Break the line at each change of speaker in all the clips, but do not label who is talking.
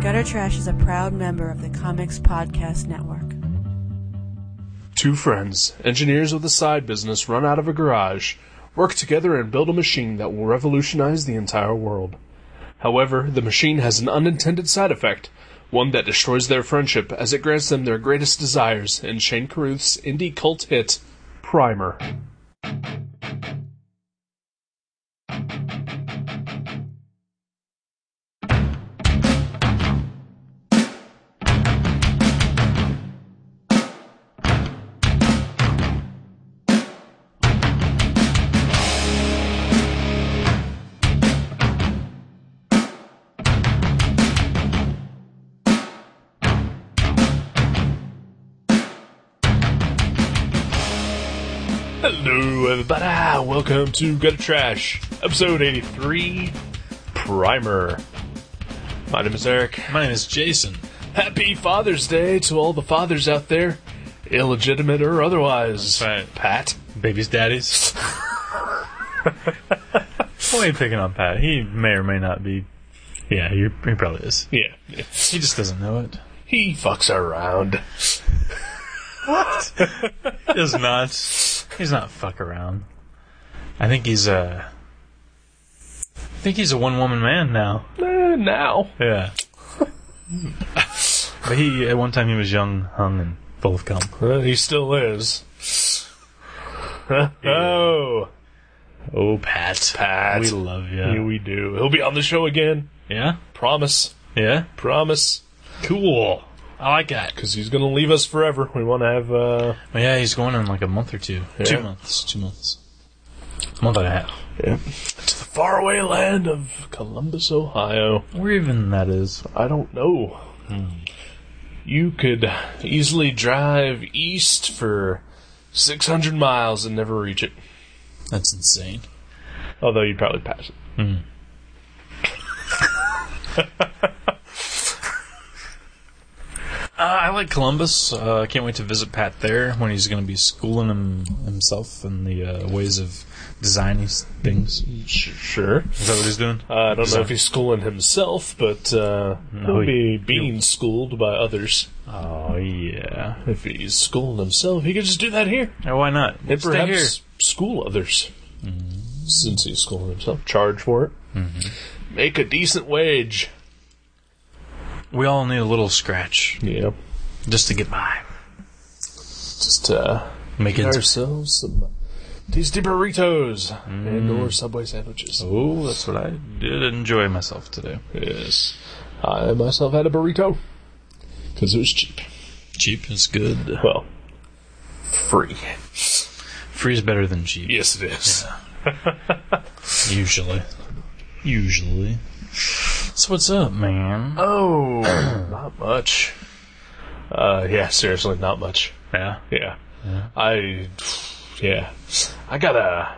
Gutter Trash is a proud member of the Comics Podcast Network.
Two friends, engineers with a side business run out of a garage, work together and build a machine that will revolutionize the entire world. However, the machine has an unintended side effect, one that destroys their friendship as it grants them their greatest desires in Shane Carruth's indie cult hit, Primer. Hello, everybody. Welcome to Gutter Trash, episode 83, Primer. My name is Eric.
My name is Jason.
Happy Father's Day to all the fathers out there, illegitimate or otherwise.
That's right.
Pat.
Baby's daddies. Why are you picking on Pat? He may or may not be. Yeah, he, he probably is.
Yeah.
He just doesn't know it.
He fucks around.
He does not. He's not fuck around. I think he's a. I think he's a one woman man now.
Eh, now.
Yeah. but he, at one time, he was young, hung, and full of cum.
Uh, he still is. oh.
Oh, Pat.
Pat.
We love you.
Yeah, we do. He'll be on the show again.
yeah?
Promise.
Yeah?
Promise.
Cool. I like that.
Because he's going to leave us forever. We want to have, uh.
Well, Oh, yeah, he's going in like a month or two.
Yeah.
Two months. Two months. A month and a half.
To the faraway land of Columbus, Ohio.
Where even that is.
I don't know. You could easily drive east for 600 miles and never reach it.
That's insane.
Although you'd probably pass it.
Uh, I like Columbus. Uh, I can't wait to visit Pat there when he's going to be schooling him, himself in the uh, ways of designing s- things. Is
Sure.
that what he's doing?
Uh, I don't know if he's schooling himself, but uh,
No,
he'll be
he-
being schooled by others.
Oh yeah.
If he's schooling himself, he could just do that here.
Yeah, why not?
And
Stay
perhaps Mm-hmm.
here.
school others. Since he's schooling himself, charge for it. Make a decent wage.
We all need a little scratch
Yeah.
just to get by.
Just, uh,
Make
get
it.
ourselves some uh, tasty burritos and or Subway sandwiches.
Oh, that's what I did. Enjoy myself today.
Yes, I myself had a burrito because it was cheap.
Cheap is good.
Well, free.
Free is better than cheap.
Yes, it is.
Usually. Usually. So what's up, man?
Oh, not much. Uh, yeah, seriously, not much.
Yeah.
Yeah, I, yeah, I gotta,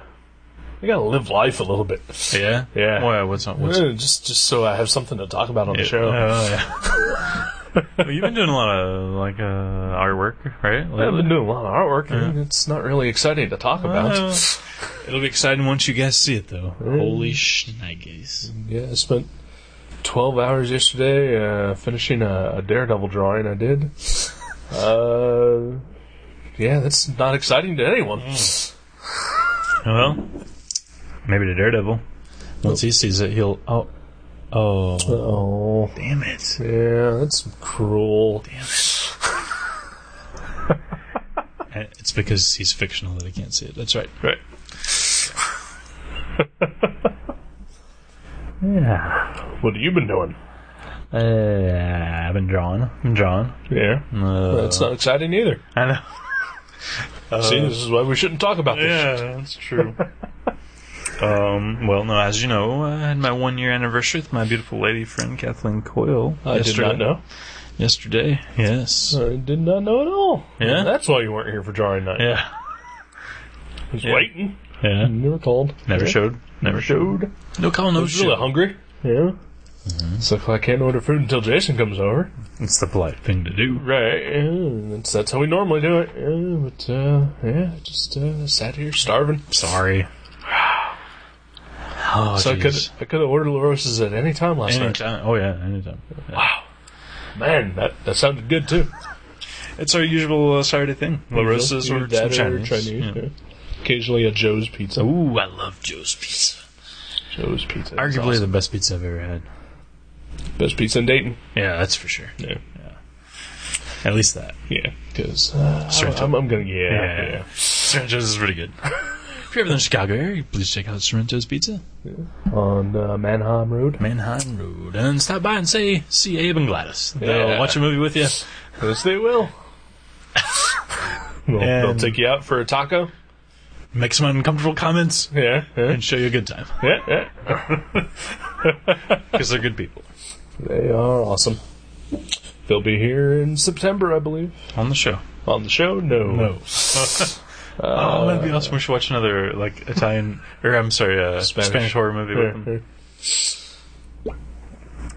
I gotta live life a little bit.
Yeah?
Yeah.
Why, what's up? What's
Uh, Just, just so I have something to talk about on the show.
Oh, yeah. well, you've been doing a lot of, like, uh, artwork, right?
I've
lately?
been doing a lot of artwork. and It's not really exciting to talk about.
Well, Uh, it'll be exciting once you guys see it, though. Holy schneggers.
Yeah, I spent 12 hours yesterday uh, finishing a, a Daredevil drawing I did. Uh, yeah, that's not exciting to anyone.
Well, maybe to Daredevil. Once he sees it, he'll... Oh. Oh.
Oh,
Damn it.
yeah, that's cruel.
Uh, It's because he's fictional that he can't see it. That's right.
Right.
Yeah.
What have you been doing?
Uh, I've been drawing. I'm drawing.
Yeah.
Uh,
That's not exciting either.
I know.
See, this is why we shouldn't talk about this.
Yeah, that's true. um, well, no, as you know, I had my one year anniversary with my beautiful lady friend Kathleen Coyle.
I did
yesterday.
not know.
Yesterday, yes.
I did not know at all.
Yeah?
That's why you weren't here for drawing night.
Yeah.
I was
Yeah.
waiting.
Mm-hmm. Yeah.
Never called.
Never
Yeah.
showed. Never showed.
Dude.
No call,
I
no
was really
show.
hungry. Yeah. So I can't order food until Jason comes over.
It's the polite thing to do.
Right, yeah, that's, that's how we normally do it. Yeah, but uh, yeah, just uh, sat here starving.
Sorry. Oh,
so I could
jeez.
I could have ordered LaRosa's at any time last night.
Anytime. Oh, yeah, anytime.
Wow, Man, that, that sounded good too.
It's our usual uh, Saturday thing. LaRosa's
Either
or some
that or
Chinese.
Chinese,
Yeah.
yeah. Occasionally a Joe's pizza.
Ooh, I love Joe's pizza.
Joe's pizza. is
Arguably
awesome.
the best pizza I've ever had.
best pizza in Dayton.
Yeah, that's for sure.
Yeah,
At least that.
yeah. Because uh,
Certain-
I'm, I'm gonna yeah,
Yeah.
yeah.
Sorrento's is pretty good. if you're ever in the Chicago area, please check out Sorrento's Pizza,
on uh, Manheim Road.
Manhattan Road, and stop by and say, see Abe and Gladys. They'll
Yeah.
watch a movie with you.
Yes, they will. They'll- they'll
And-
take you out for a taco.
Make some uncomfortable comments
Yeah, yeah,
and show you a good time
yeah, yeah.
because they're good people.
They are awesome. They'll be here in September, I believe.
On the show.
On the show? No.
oh, that'd be awesome. We should watch another like Italian or I'm sorry, uh, Spanish.
Spanish.
horror movie
Yeah,
with them.
yeah.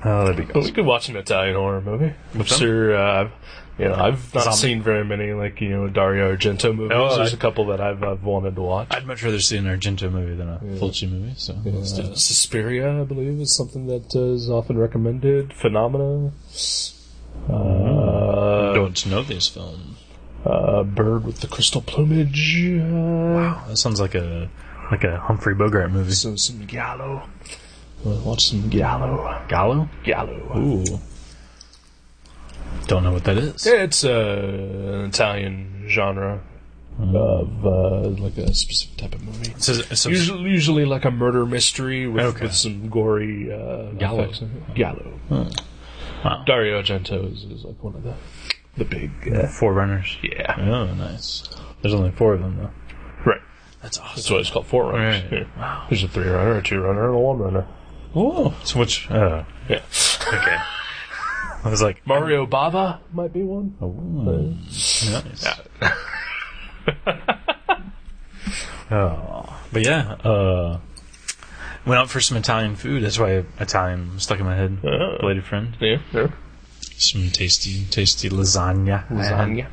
Oh, that'd be
But we could watch an Italian horror movie. I'm
them?
sure, uh, you know, I've not
Zombie.
seen very many, like, you know, Dario Argento movies.
Oh,
There's
I-
a couple that I've, I've wanted to watch.
I'd much rather see an Argento movie than a Fulci movie. So let's do
Uh,
this.
Suspiria, I believe, is something that uh, is often recommended. Phenomena.
I
Uh,
don't know these films.
uh, Bird with the Crystal Plumage. Uh, wow.
That sounds like a like a Humphrey Bogart movie.
So some Gallo. Wanna Watch some Gallo.
Gallo.
Gallo.
Ooh. Don't know what that is.
Yeah, It's uh, an Italian genre of uh, like a specific type of movie.
It's a- it's a-
Usually, usually like a murder mystery with,
Okay.
with some gory uh,
Gallo.
effects in it. Gallo.
wow.
Dario Argento is, is like one of the the big. Uh,
Forerunners.
yeah.
Oh, nice. There's only four of them though.
Right.
That's
That's
awesome.
why it's called Four Runners.
Right. Wow.
There's a three runner, a two runner, and a one runner.
Oh, so which? Uh,
Yeah.
okay. I was like,
Mario Baba might be one.
Ooh, nice. oh, but yeah, uh, went out for some Italian food. That's why Italian stuck in my head.
Oh.
Belated friend,
Yeah. yeah.
some tasty, tasty lasagna,
Lasagna.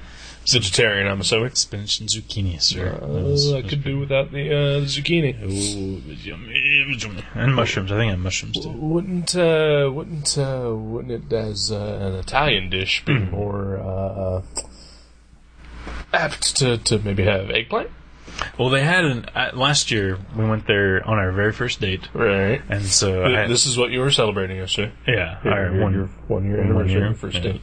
Vegetarian, I'm assuming.
spinach and zucchini, sir. That was-
Uh, I
that
could do without the uh, zucchini.
was- Ooh, it was yummy, it was yummy. and mushrooms. I think I had mushrooms too.
Wouldn't uh, wouldn't uh, wouldn't it as uh, an Italian dish be
Hmm.
more uh, apt to, to maybe have eggplant?
Well, they had an uh, last year. We went there on our very first date,
Right.
and so I had,
this is what you were celebrating yesterday.
yeah, our
Your-
one-
your one year
one
anniversary,
year,
first
yeah.
date.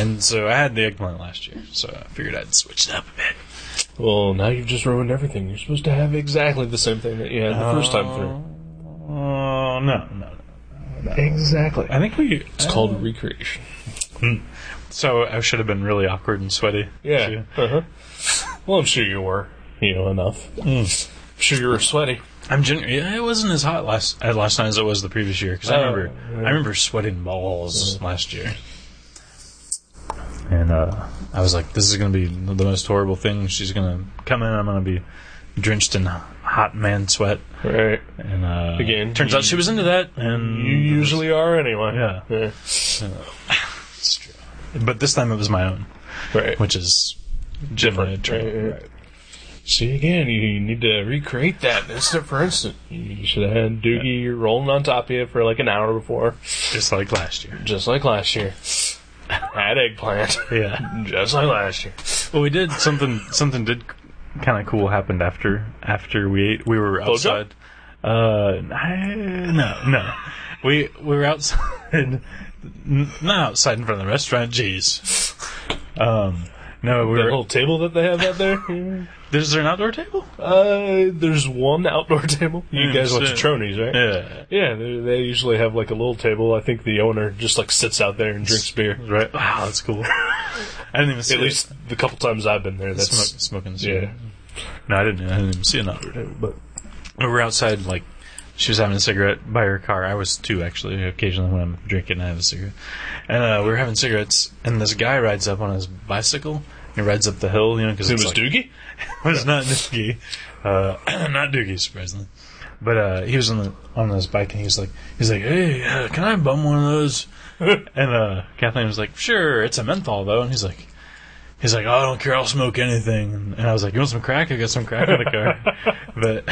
And so I had the eggplant last year, so I figured I'd switch it up a bit.
Well, now you've just ruined everything. You're supposed to have exactly the same thing that you had the first time through.
Oh, no, no.
Exactly.
I think we.
It's called recreation.
So I should have been really awkward and sweaty.
Yeah. Uh-huh. Well, I'm sure you were. You know enough.
Hmm.
I'm sure you were sweaty.
I'm genuine. Yeah, it wasn't as hot last uh, last night as it was the previous year because I
Oh,
remember I remember sweating balls last year. And uh, I was like, "This is going to be the most horrible thing." She's going to come in. I'm going to be drenched in hot man sweat.
Right.
And uh,
Again,
turns
you-
out she was into that. And
You usually are anyway.
Yeah.
yeah.
It's true. But this time it was my own,
Right.
which is different.
Right, right. See again, you, you need to recreate that instant for instant. You should have had Doogie rolling on top of you for like an hour before,
Just like last year.
just like last year. Had eggplant,
Yeah.
just like last year.
Well, we did something. Something did kind of cool happened after after we ate. We were outside. Uh, I, no, no. We we were outside, n- not outside in front of the restaurant. Jeez. Um, no, we
That
were.
little table that they have out there.
Is there an outdoor table?
uh, there's one outdoor table. You
Yeah,
guys went to
shit.
Tronies, right?
Yeah.
Hmm, Yeah, they, they usually have like a little table. I think the owner just like sits out there and drinks beer.
Right. Wow, that's cool. I didn't even see
At
it.
least the couple times I've been there, that's
Smoke, smoking. a cigarette.
yeah.
No, I didn't. I didn't even see an outdoor table.
But
We were outside, like, she was having a cigarette by her car. I was too, actually. Occasionally, when I'm drinking, I have a cigarette. And uh, we were having cigarettes, and this guy rides up on his bicycle. He rides up the hill, you know, because
it was Doogie.
it was not Doogie, uh, not Doogie, surprisingly. But uh, he was on the on his bike, and he was like, he's like, hey, uh, can I bum one of those? and uh, Kathleen was like, sure, it's a menthol though, and he's like. He's like, oh, I don't care. I'll smoke anything. And I was like, you want some crack? I got some crack in the car. but,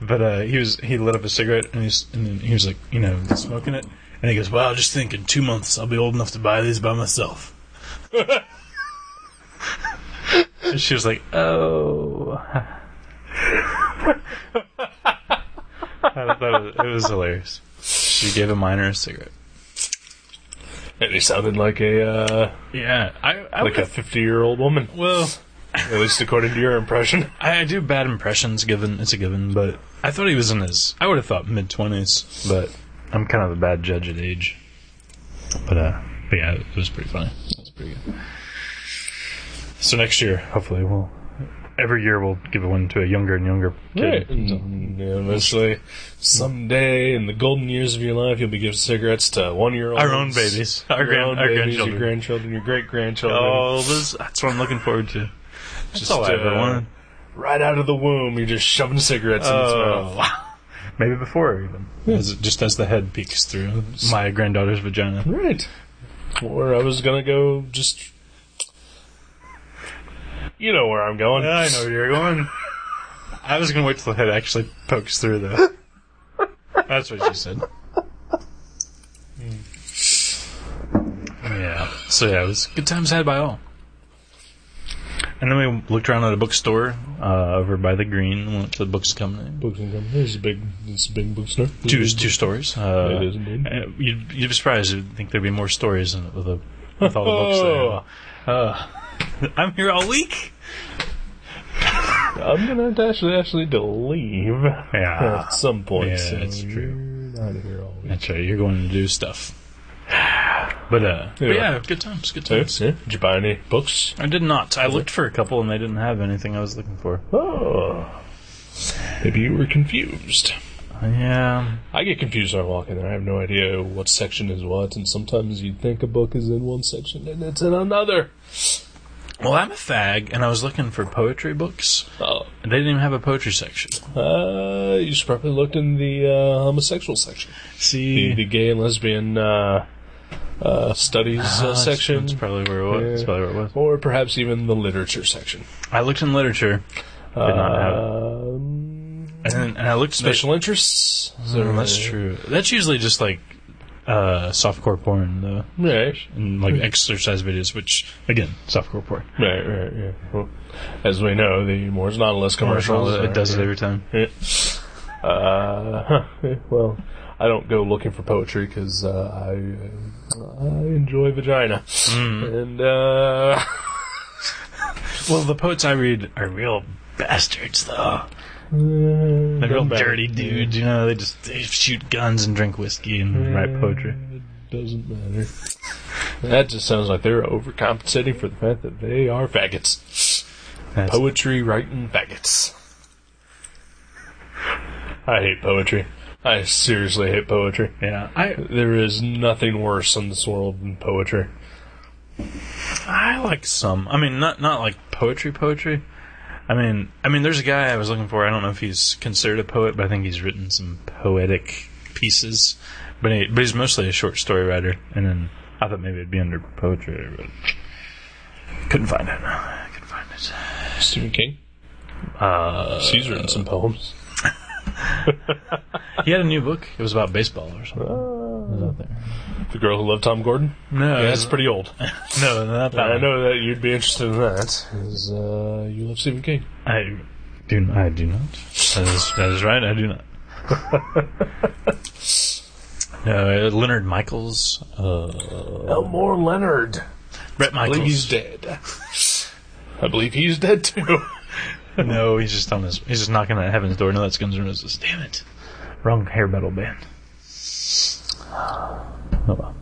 but uh, he was he lit up a cigarette and he was, and then he was like, you know, smoking it. And he goes, "Well, just think, in two months I'll be old enough to buy these by myself." and she was like, "Oh." I thought it was, it was hilarious. She gave a miner a cigarette.
And he sounded like a uh,
Yeah, I, I
like a
would've-
fifty-year-old woman,
well,
at least according to your impression.
I I do bad impressions. Given it's a given, but I thought he was in his. I would have thought mid twenties, but I'm kind of a bad judge at age. But uh, but yeah, it was pretty funny. It was pretty good. So next year, hopefully, we'll every year we'll give one to a younger and younger kid.
Right. And Mm, eventually, someday in the golden years of your life, you'll be giving cigarettes to one-year-olds,
Our own babies, our,
your
grand,
own
our
babies, your
grandchildren.
grandchildren, your great-grandchildren,
oh, this, that's what I'm looking forward to. Just
all I ever
uh,
wanted. right out of the womb. You're just shoving cigarettes in its
Oh.
mouth.
Maybe before even. As it- just as the head peeks through my granddaughter's vagina.
Right. Or I was gonna go just. You know where I'm going.
I know where you're going. I was gonna wait till the head actually pokes through, though. That's what she said. Yeah. So yeah, it was good times had by all. And then we looked around at a bookstore uh, over by the green. Went to the books company.
Books and Company. There's a big, this big bookstore.
Two two stories. Uh,
It is indeed.
uh, You'd, you'd be surprised. You'd think there'd be more stories in, with, the, with all the books there. Uh, I'm here all week.
I'm gonna have to actually, actually to leave
Yeah.
at some point.
Yeah,
so
that's true.
You're not here all week.
That's right. You're going to do stuff. But uh, but
Yeah.
yeah, good times, good
Yeah,
times.
yeah. Did you buy any books?
I did not. I looked for a couple and they didn't have anything I was looking for.
Oh. Maybe you were confused.
Uh, Yeah,
I get confused when I walk in there. I have no idea what section is what, and sometimes you think a book is in one section and it's in another.
well, I'm a fag, and I was looking for poetry books.
Oh.
And they didn't even have a poetry section.
Uh, you should probably looked in the uh, homosexual section, the, the
See,
gay and lesbian uh, uh, studies uh, section,
Ah, That's probably where it was. That's
Yeah.
probably where it was.
or perhaps even the literature section.
I looked in literature, did not have it.
Um,
And, then, and I looked
special interests. Is there-
Mm, that's true. That's usually just like uh, softcore porn, though,
Right,
and like exercise videos, which again, softcore porn.
right, right. Yeah. Well, as we know, the Moore's Nautilus commercials.
Commercials,
are-
it does it every time.
Yeah. Uh, huh, yeah, well, I don't go looking for poetry because uh, I, uh, I enjoy vagina,
Hmm.
and uh,
Well, the poets I read are real bastards, though. They're real
doesn't matter.
dirty dudes. You know, they just they shoot guns and drink whiskey and write poetry.
It doesn't matter. That just sounds like they're overcompensating for the fact that they are faggots.
That's-
Poetry writing faggots. I hate poetry. I seriously hate poetry.
yeah, I
There is nothing worse in this world than poetry.
I like some. I mean, not not like poetry, poetry. I mean, I mean, there's a guy I was looking for. I don't know if he's considered a poet, but I think he's written some poetic pieces. But he, but he's mostly a short story writer. And then I thought maybe it'd be under poetry, but couldn't find it. Couldn't find it.
Stephen King?
Uh,
She's written some poems.
he had a new book. It was about baseball or something. It was
The
out there.
girl who loved Tom Gordon?
No,
Yeah, that's pretty old.
No, not that.
I
one.
know that you'd be interested in that. 'cause, uh, you love Stephen King.
I do. I do not. That is, that is right. I do not. no, uh, Leonard Michaels, uh,
Elmore Leonard.
Brett
I believe he's
Michaels.
dead. I believe he's dead too.
no, he's just on his. He's just knocking at heaven's door. No, that's Guns N' Roses. Damn it, wrong hair metal band. Oh well.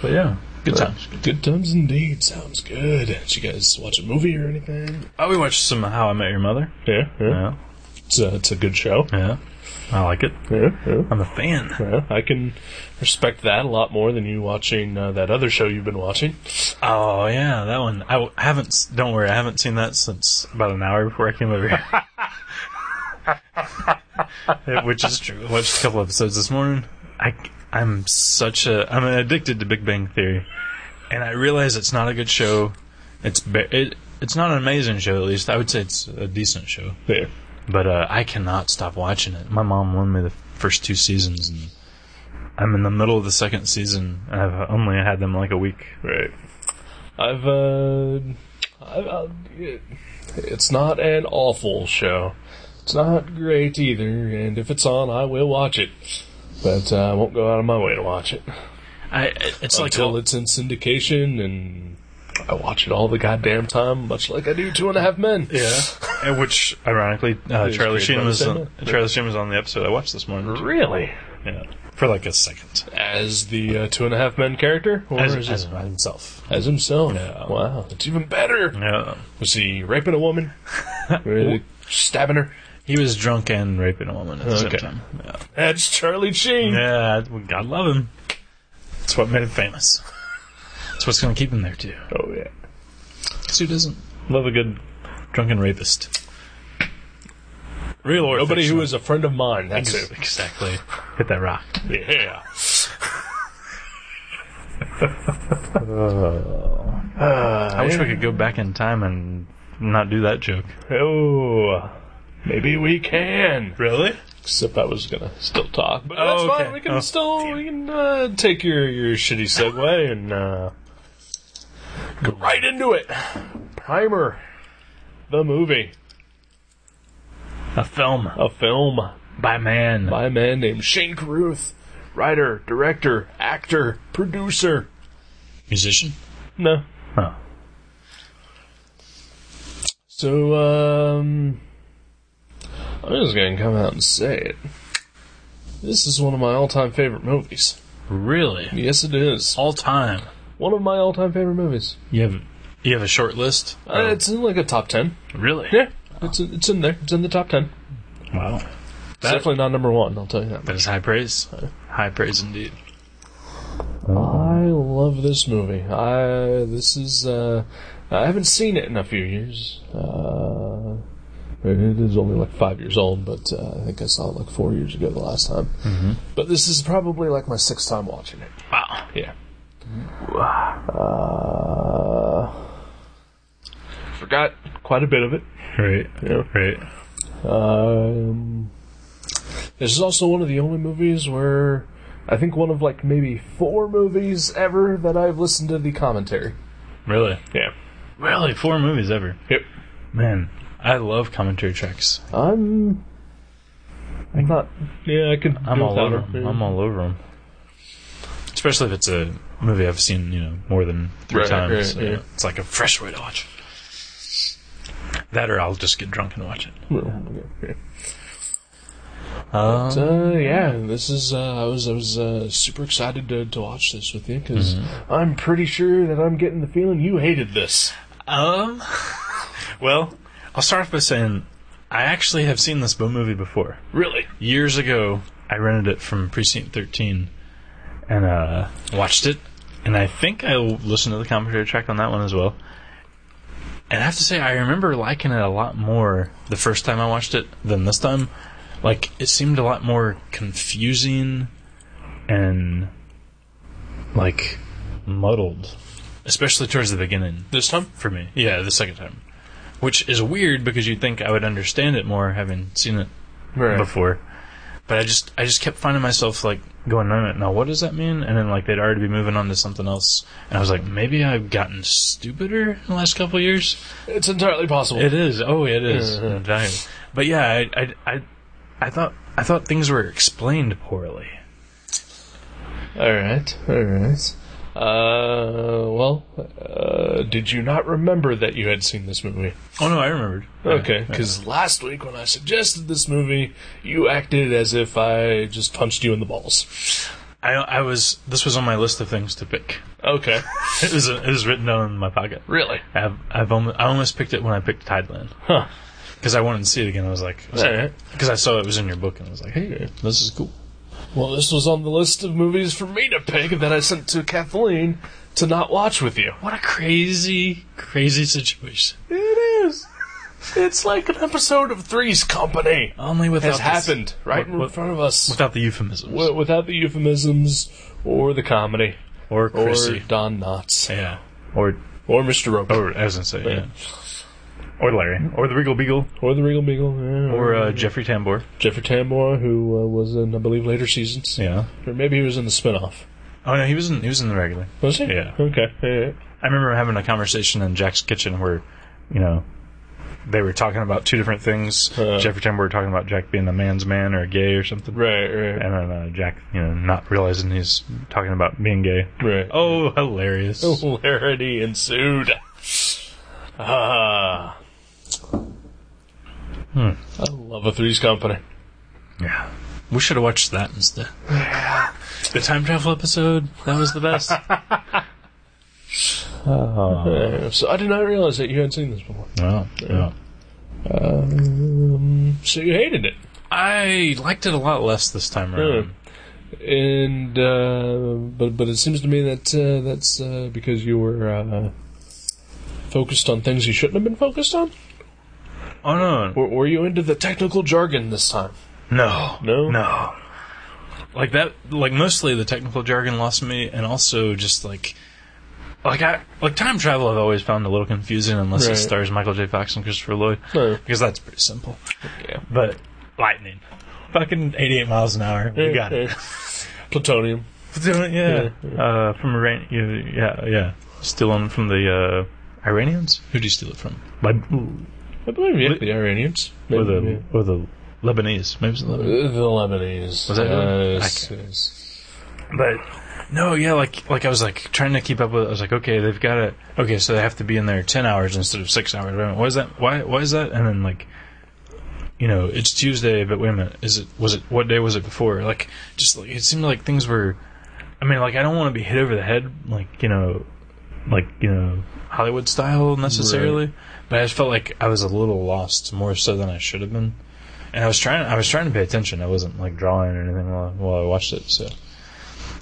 But yeah, good times.
Good times indeed. Sounds good. Did you guys watch a movie or anything?
Oh, we watched some How I Met Your Mother.
Yeah,
Yeah,
It's a, it's a good show.
yeah. I like it.
Yeah, yeah.
I'm a fan.
yeah. I can respect that a lot more than you watching uh, that other show you've been watching.
Oh yeah, that one. I w- haven't. s- Don't worry, I haven't seen that since about an hour before I came over here. Yeah, Which is true. I watched a couple episodes this morning. I am such a I'm addicted to Big Bang Theory, and I realize it's not a good show. It's ba- it, it's not an amazing show. At least I would say it's a decent show.
Yeah.
But uh, I cannot stop watching it. My mom loaned me the first two seasons, and I'm in the middle of the second season. I've only had them like a week.
Right. I've uh, I've, uh it- it's not an awful show. It's not great either, and if it's on, I will watch it. But uh, I won't go out of my way to watch it
I it's
until it's in syndication, and I watch it all the goddamn time, much like I do Two and a Half Men.
yeah. And Which ironically, uh,
It's
Charlie
created
Sheen
by the
was
same
on,
man.
Charlie Sheen was on the episode I watched this morning. too.
Really?
Yeah, for like a second.
As the uh, Two and a Half Men character, or
As-
is it-
as himself.
as himself? Wow, it's even better.
Yeah,
Was he raping a woman? Really stabbing her?
he was drunk and raping a woman at the
Okay.
same time. Yeah,
That's Charlie Sheen.
yeah. well, God love him. That's what made him famous. That's what's gonna keep him there too.
Oh yeah.
Because who doesn't love a good drunken rapist? Real or
Nobody who
fictional.
is a friend of mine. That's
Ex-
it.
exactly hit that rock.
Yeah.
I wish we could go back in time and not do that joke.
Oh, maybe we can.
Really?
Except I was gonna still talk, but that's
Oh,
fine.
okay.
We can
Oh,
still we can uh, take your your shitty segue and uh, go right into it. Primer, the movie,
A film
a film
by man.
by a man named Shane Carruth, writer, director, actor, producer.
musician.
No.
Huh.
So um, I'm just gonna come out and say it. This is one of my all-time favorite movies.
Really?
Yes, it is.
All time.
One of my all-time favorite movies.
You have you have a short list.
Uh, It's in like a top ten.
really?
Yeah, it's it's in there. It's in the top ten.
Wow.
It's definitely not number one. I'll tell you that.
That is high praise. High praise indeed.
I love this movie. I this is uh, I haven't seen it in a few years. Uh, it is only like five years old, but uh, I think I saw it like four years ago the last time. But this is probably like my sixth time watching it.
Wow.
Yeah. Uh, forgot quite a bit of it.
Right.
Yeah.
Right.
Um, this is also one of the only movies where I think one of like maybe four movies ever that I've listened to the commentary.
Really?
Yeah.
Really? Four movies ever.
Yep.
Man, I love commentary tracks.
I'm. I'm not. Yeah, I could.
I'm
do
all
without
over
it.
'em. I'm all over them. Especially if it's a movie I've seen, you know, more than three
Right,
times.
right,
uh,
yeah.
It's like a fresh way to watch it. That or I'll just get drunk and watch it.
Yeah.
Um,
So yeah, this is. Uh, I was. I was uh, super excited to, to watch this with you because
Mm-hmm.
I'm pretty sure that I'm getting the feeling you hated this.
Um, well, I'll start off by saying I actually have seen this Bo movie before.
Really?
Years ago, I rented it from Precinct 13 and uh, watched it. And I think I listened to the commentary track on that one as well. And I have to say, I remember liking it a lot more the first time I watched it than this time. Like, it seemed a lot more confusing and, like, muddled. Especially towards the beginning
This time?
for me. Yeah, the second time. Which is weird because you'd think I would understand it more having seen it
Right.
before. But I just I just kept finding myself like going on it. Now what does that mean? And then like they'd already be moving on to something else. And I was like, maybe I've gotten stupider in the last couple of years.
It's entirely possible.
It is. Oh, it is.
Yeah.
Dang. But yeah, I, I I I thought I thought things were explained poorly.
All right, all right. Uh, well, uh, did you not remember that you had seen this movie?
Oh no, I remembered.
Okay, because last week when I suggested this movie, you acted as if I just punched you in the balls.
I I was this was on my list of things to pick.
Okay,
It was it was written down in my pocket.
really?
I've I've almost, I almost picked it when I picked Tideland
Huh.
because I wanted to see it again. I was like,
All right.
because I saw it was in your book, and I was like, hey, this is cool.
Well, this was on the list of movies for me to pick that I sent to Kathleen to not watch with you.
What a crazy, crazy situation.
It is. It's like an episode of Three's Company
Only without
has
this-
happened right
wi-
in front of us.
without the euphemisms
Wi- without the euphemisms or the comedy
or
or
Chrissy,
Don Knotts
yeah, or
or Mr. Roper.
or as I say, yeah. Or Larry. Or the Regal Beagle.
Or the Regal Beagle. yeah,
Or uh, Jeffrey Tambor.
Jeffrey Tambor, who uh, was in, I believe, later seasons.
Yeah.
Or maybe he was in the spinoff.
Oh, no, he was in, he was in the regular.
Was he?
Yeah.
Okay. yeah,
I remember having a conversation in Jack's kitchen where, you know, they were talking about two different things.
Uh.
Jeffrey Tambor talking about Jack being a man's man or gay or something.
Right, right,
And then uh, Jack, you know, not realizing he's talking about being gay.
right.
Oh, hilarious.
Hilarity ensued. Ah. I love a Three's Company.
Yeah. We should have watched that instead. The time travel episode, that was the best.
Uh, so I did not realize that you hadn't seen this before.
no, no.
Um, so you hated it.
I liked it a lot less this time
Hmm.
around.
And uh, but but it seems to me that uh, that's uh, because you were uh, focused on things you shouldn't have been focused on.
Oh, no.
Or were you into the technical jargon this time?
No.
No?
No. Like that, like mostly the technical jargon lost me, and also just like. Like I like time travel, I've always found a little confusing unless it
Right.
stars Michael J. Fox and Christopher Lloyd,
Right.
because that's pretty simple.
Yeah.
But lightning, fucking eighty-eight miles an hour, we got it.
Plutonium.
yeah. Uh, from Iran. yeah, Yeah, yeah. Stealing from the uh, Iranians. Who do you steal it from? Lib-
I believe yeah,
Li-
the Iranians.
or the
Maybe, yeah.
or the Lebanese? Maybe it's the Lebanese.
The Lebanese.
Was that him?
Yes,
Okay.
yes.
But no, yeah. Like like I was like trying to keep up with. I was like, okay, they've got to. Okay, so they have to be in there ten hours instead of six hours. Wait a minute, why is that? Why why is that? And then like. You know, it's Tuesday, but wait a minute. Is it? Was it? What day was it before? Like, just like it seemed like things were. I mean, like I don't want to be hit over the head, like you know, like you know Hollywood style necessarily, but I just felt like I was a little lost more so than I should have been. And I was trying, I was trying to pay attention. I wasn't like drawing or anything while, while I watched it. So,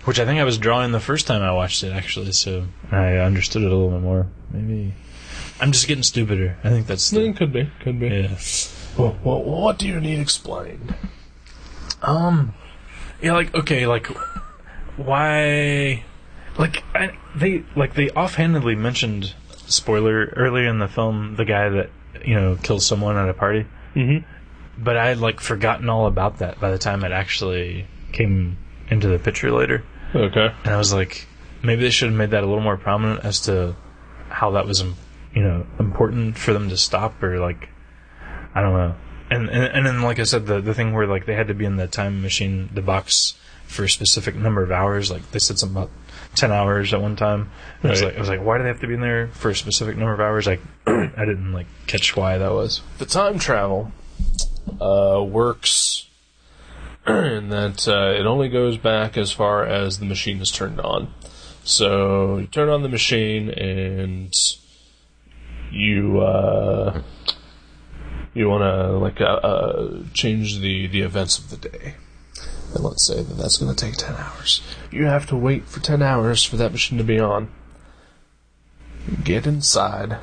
which I think I was drawing the first time I watched it actually. So I understood it a little bit more. Maybe I'm just getting stupider. I think that's
Yeah,
the,
could be. Could be.
yeah.
Well, well, what do you need explained?
Um, yeah, like okay, like why? Like I, they like they offhandedly mentioned spoiler earlier in the film the guy that you know kills someone at a party,
Mm-hmm.
but I had like forgotten all about that by the time it actually came into the picture later,
Okay.
and I was like, maybe they should have made that a little more prominent as to how that was im- you know important for them to stop or like I don't know. And and, and then like I said, the the thing where like they had to be in the time machine, the box for a specific number of hours. Like they said something about ten hours at one time. And I was
Right.
like, I was like, why do they have to be in there for a specific number of hours? Like I didn't like catch why that was.
The time travel uh, works in that uh, it only goes back as far as the machine is turned on. So you turn on the machine and you uh, you want to like uh, uh, change the the events of the day. And let's say that that's going to take ten hours. You have to wait for ten hours for that machine to be on. Get inside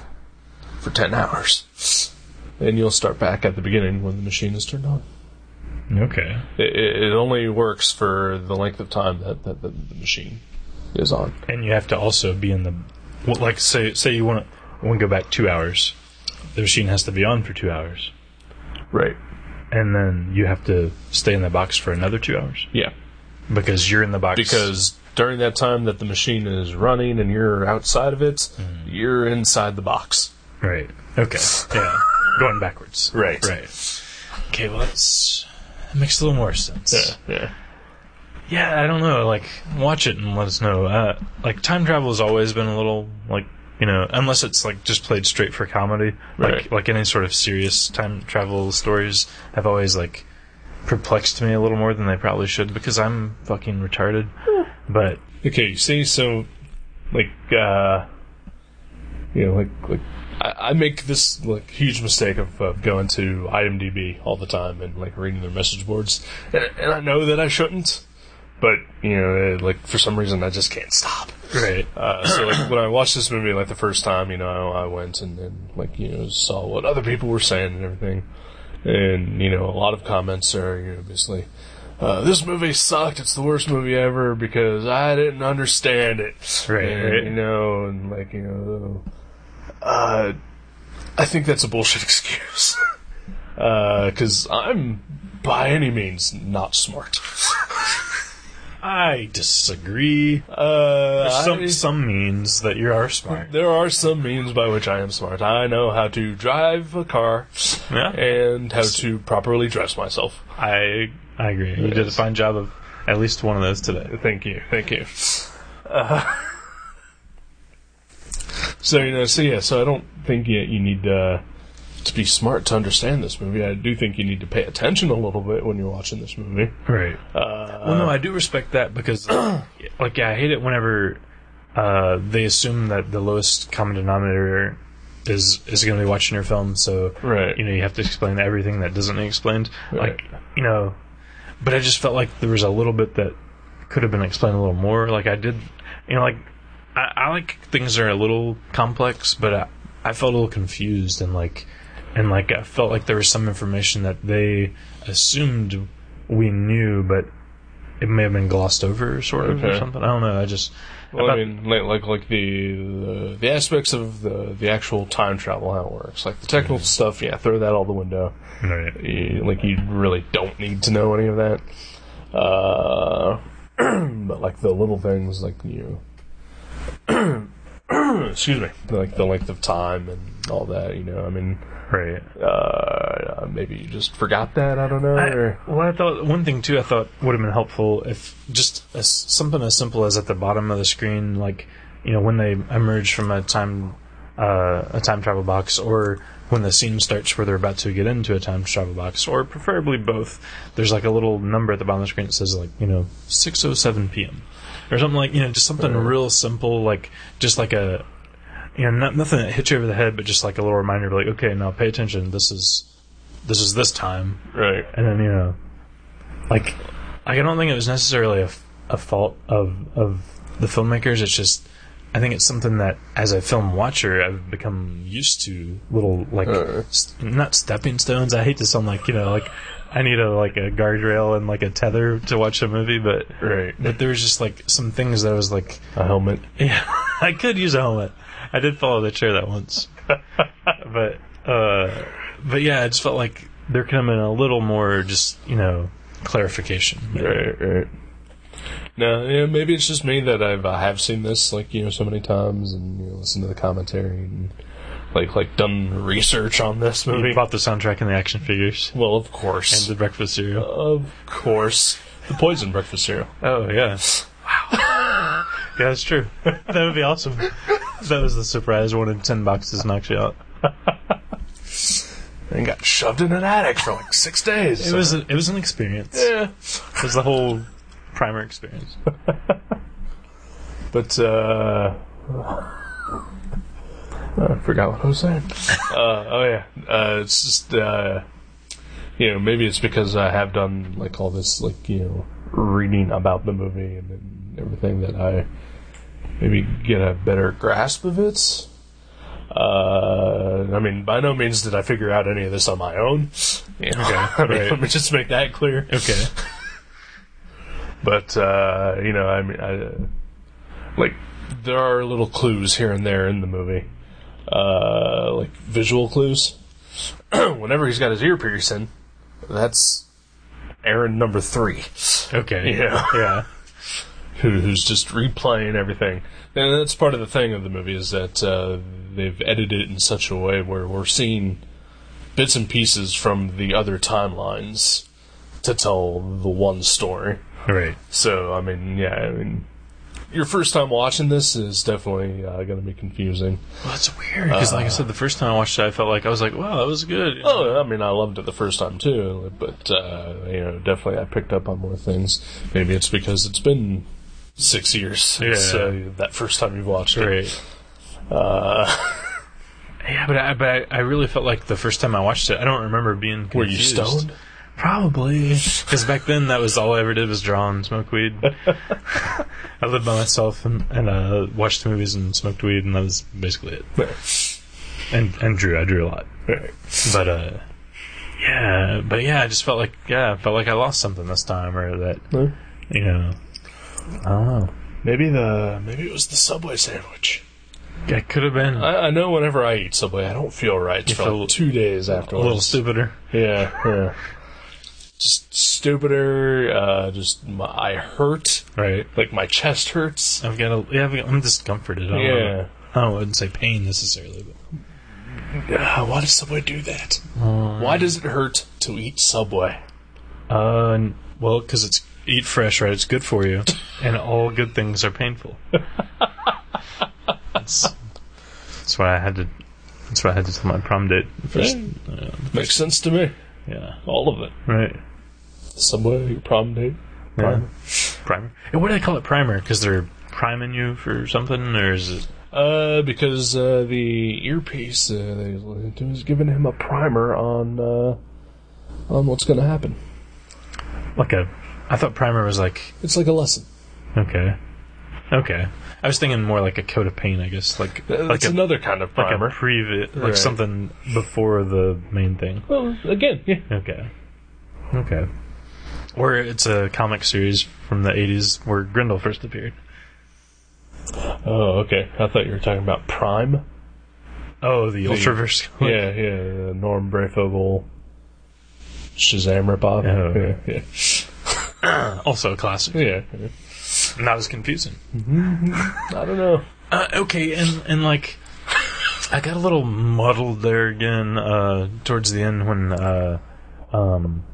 for ten hours and you'll start back at the beginning when the machine is turned on.
Okay.
It, it, it only works for the length of time that, that, that the machine is on.
And you have to also be in the well, like say say you want to want to go back two hours. The machine has to be on for two hours,
Right.
and then you have to stay in the box for another two hours
Yeah.
because you're in the box
Because during that time that the machine is running and you're outside of it, you're inside the box.
Right. Okay. Yeah. Going backwards.
Right.
Right. Okay, well, that's, that makes a little more sense.
Yeah.
Yeah, I don't know. Like, watch it and let us know. Uh, like, time travel has always been a little, like, you know, unless it's, like, just played straight for comedy. Like,
Right.
like any sort of serious time travel stories have always, like, perplexed me a little more than they probably should because I'm fucking retarded. but,
Okay, you see, so
like, uh,
you know, like like I, I make this like huge mistake of, of going to IMDb all the time and like reading their message boards, and, and I know that I shouldn't, but you know, eh, like for some reason I just can't stop.
right.
Uh, so like when I watched this movie like the first time, you know, I went and, and like you know saw what other people were saying and everything, and you know a lot of comments are you know basically. Uh, this movie sucked. It's the worst movie ever because I didn't understand it.
Right,
And,
right.
You know, and like you know, uh, I think that's a bullshit excuse. Because I'm by any means not smart.
I disagree.
Uh,
There's
I-
some some means that you are smart.
there are some means by which I am smart. I know how to drive a car
Yeah.
and how to properly dress myself.
I I agree. You did a
Yes.
fine job of at least one of those today.
Thank you, thank you. Uh, so you know, so yeah, so I don't think yet you need uh, to be smart to understand this movie. I do think you need to pay attention a little bit when you're watching this movie.
Right.
Uh,
Well, no, I do respect that because, like, yeah, I hate it whenever uh, they assume that the lowest common denominator is is going to be watching your film. So,
Right.
you know, you have to explain everything that doesn't get explained.
Right.
Like, you know, but I just felt like there was a little bit that could have been explained a little more. Like, I did, you know, like I, I like things that are a little complex, but I, I felt a little confused and like and like I felt like there was some information that they assumed we knew, but it may have been glossed over, sort of,
Okay.
or something. I don't know. I just
Well,
about-
I mean, like like, like the, the the aspects of the the actual time travel how it works, like the technical stuff. Yeah, throw that out the window.
Right.
You- Like you really don't need to know any of that. Uh, but like the little things, like you. excuse me. Like the length of time and all that. You know, I mean,
right.
uh, maybe you just forgot that. I don't know.
I,
or-
well, I thought one thing too. I thought would have been helpful if just as, something as simple as at the bottom of the screen, like you know when they emerge from a time uh, a time travel box, or when the scene starts where they're about to get into a time travel box, or preferably both. There's like a little number at the bottom of the screen that says like you know 6:07 p.m. or something like you know just something real simple, like just like a you know not, nothing that hits you over the head, but just like a little reminder, of like okay, now pay attention. This is this is this time
right.
and then you know, like, like I don't think it was necessarily a, f- a fault of of the filmmakers. It's just I think it's something that as a film watcher I've become used to little like
Uh.
st- not stepping stones. I hate to sound like you know like I need a like a guardrail and like a tether to watch a movie, but
Right.
but there was just like some things that I was like
A helmet.
yeah, I could use a helmet. I did follow the chair that once, but uh, but yeah, I just felt like there could have been a little more, just you know, clarification.
Right, right. No, you know, maybe it's just me that I've I have seen this like you know so many times and you know, listened to the commentary and like like done research on this
We
movie.
bought the soundtrack and the action figures
Well, of
and
course,
the breakfast cereal.
of course, the poison breakfast cereal.
Oh yeah, wow, yeah, that's true. That would be awesome. That was the surprise. One in ten boxes knocks you out.
And got shoved in an attic for like six days.
It was a, it was an experience. It
yeah,
was the whole primer experience.
but uh, I forgot what I was saying. uh, oh yeah, uh, it's just uh, you know maybe it's because I have done like all this like you know reading about the movie and, and everything that I maybe get a better grasp of it. Uh, I mean, by no means did I figure out any of this on my own. okay,
right.
let me just make that clear.
Okay.
But uh, you know, I mean, I, like there are little clues here and there in the movie, uh, like visual clues. Whenever he's got his ear pierced in, that's Aaron number three,
Okay.
Yeah.
Yeah.
who, who's just replaying everything. And that's part of the thing of the movie is that uh, they've edited it in such a way where we're seeing bits and pieces from the other timelines to tell the one story.
Right.
So I mean, yeah, I mean, your first time watching this is definitely uh, going to be confusing.
Well, that's weird because, like I said, the first time I watched it, I felt like I was like, "Wow, that was good." you know?
Uh-huh. Oh, I mean, I loved it the first time too, but uh, you know, definitely I picked up on more things. Maybe it's because it's been six years since
Yeah.
uh, that first time you've watched it.
Right.
Uh,
Yeah, but I, but I, I really felt like the first time I watched it, I don't remember being. Confused.
were you stoned?
Probably, because back then that was all I ever did was draw and smoke weed. I lived by myself and, and uh, watched movies and smoked weed, and that was basically it. And and drew, I drew a lot,
Right.
but uh, yeah, but yeah, I just felt like yeah, I felt like I lost something this time, or that you know, I don't know.
Maybe the maybe it was the Subway sandwich.
I could have been
I, I know whenever I eat Subway, I don't feel right for
feel
like two days
a
afterwards.
little stupider.
Yeah, yeah. Just stupider. Uh, just my, I hurt.
Right.
Like my chest hurts.
I've got a. Yeah, I've got, I'm discomforted. I don't
Yeah.
Know. I wouldn't say pain necessarily, but
Ah, why does Subway do that? why does it hurt to eat Subway?
Uh, n- well, because it's eat fresh, right? It's good for you, and all good things are painful. that's, that's why I had to. That's why I had to tell my prom date first.
Makes sense to me.
Yeah,
All of it.
right.
Subway, your prom date.
Primer. Primer. And what do they call it? Primer? Because they're priming you for something, or is it?
Uh, because uh, the earpiece uh, they they was giving him a primer on uh, on what's going to happen.
Like a, I thought primer was like
It's like a lesson.
okay, okay. I was thinking more like a coat of paint, I guess, like
That's
like a,
another kind of
like
primer.
a previ- like
Right.
something before the main thing.
well, again, yeah.
Okay. Okay. Or it's a comic series from the 80s where Grendel first appeared.
Oh, okay. I thought you were talking about Prime.
Oh, the Ultraverse. comic.
Yeah, yeah. uh, Norm Brayfogle, Shazam ripoff.
Oh,
Yeah,
okay. Also a classic.
yeah, yeah, yeah.
Not as confusing.
I don't know.
Uh, okay, and, and like, I got a little muddled there again uh, towards the end when. Uh, um,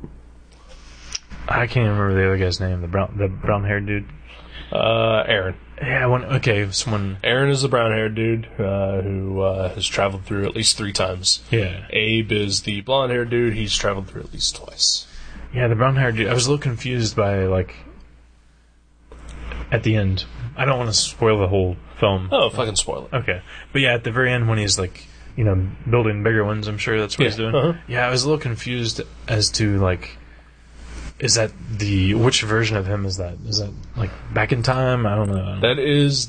I can't remember the other guy's name, the brown the brown haired dude.
Uh, Aaron.
Yeah, when okay, someone
Aaron is the brown-haired dude uh, who uh, has traveled through at least three times.
Yeah.
Abe is the blonde-haired dude. He's traveled through at least twice.
Yeah, the brown haired dude. I was a little confused by like at the end. I don't want to spoil the whole film.
Oh, fucking spoiler.
Okay, but yeah, at the very end when he's like, you know, building bigger ones. I'm sure that's what he's
Yeah,
doing.
uh-huh.
Yeah, I was a little confused as to like, is that the which version of him is that? Is that like back in time? I don't know.
That is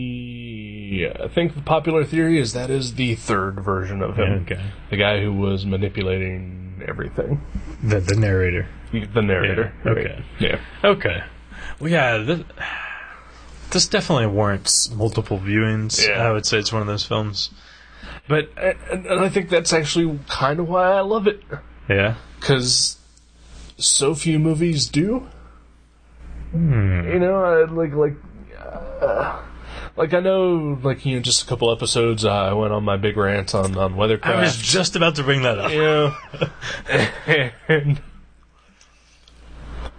the. I think the popular theory is that is the third version of him.
Yeah, okay.
The guy who was manipulating everything.
the, the narrator.
The narrator.
Yeah,
right.
okay.
Yeah.
Okay. Well, yeah, this, this definitely warrants multiple viewings.
Yeah.
I would say it's one of those films. But
And, and I think that's actually kind of why I love it.
yeah.
Because so few movies do. You know, I, like, like. uh, like I know, like you know, just a couple episodes, uh, I went on my big rant on on weathercraft.
I was just about to bring that up.
you know. and,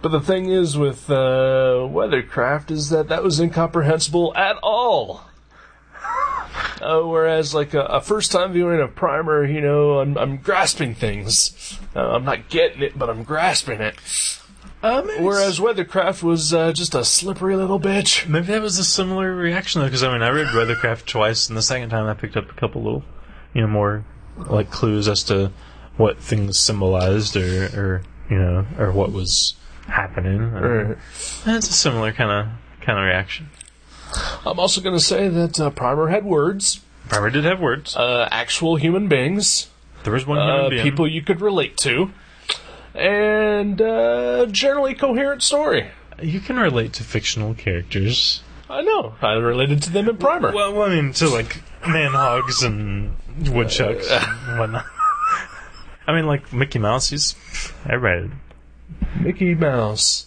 but the thing is with uh, Weathercraft is that that was incomprehensible at all. Uh, whereas, like a, a first-time viewing of Primer, you know, I'm, I'm grasping things. Uh, I'm not getting it, but I'm grasping it. Whereas Weathercraft was uh, just a slippery little bitch.
maybe that was a similar reaction though, because I mean, I read Weathercraft twice, and the second time I picked up a couple little, you know, more like clues as to what things symbolized or, or you know, or what was happening. Or, That's a similar kind of kind of reaction.
I'm also going to say that uh, Primer had words,
Primer did have words.
uh, actual human beings.
there was one human
uh,
being.
people you could relate to, and uh, generally coherent story.
you can relate to fictional characters.
I know I related to them in Primer.
Well, well, I mean, to like man hogs and woodchucks and whatnot. I mean, like Mickey Mouse, he's everybody.
Mickey Mouse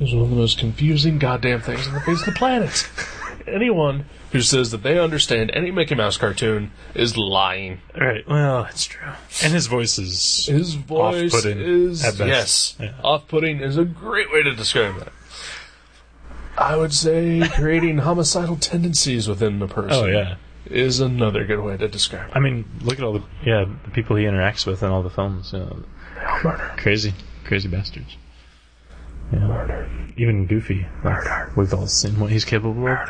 is one of the most confusing goddamn things on the face of the planet. Anyone who says that they understand any Mickey Mouse cartoon is lying.
Right. Well, it's true. And his voice is
His voice
Off-putting,
is
at best.
yes,
Yeah.
off-putting is a great way to describe that. I would say creating homicidal tendencies within the person
Oh yeah.
is another good way to describe it.
I mean, look at all the yeah the people he interacts with in all the films. You know,
Murder.
crazy, crazy bastards. Yeah.
Murder.
Even Goofy. Murder. We've all seen what he's capable of.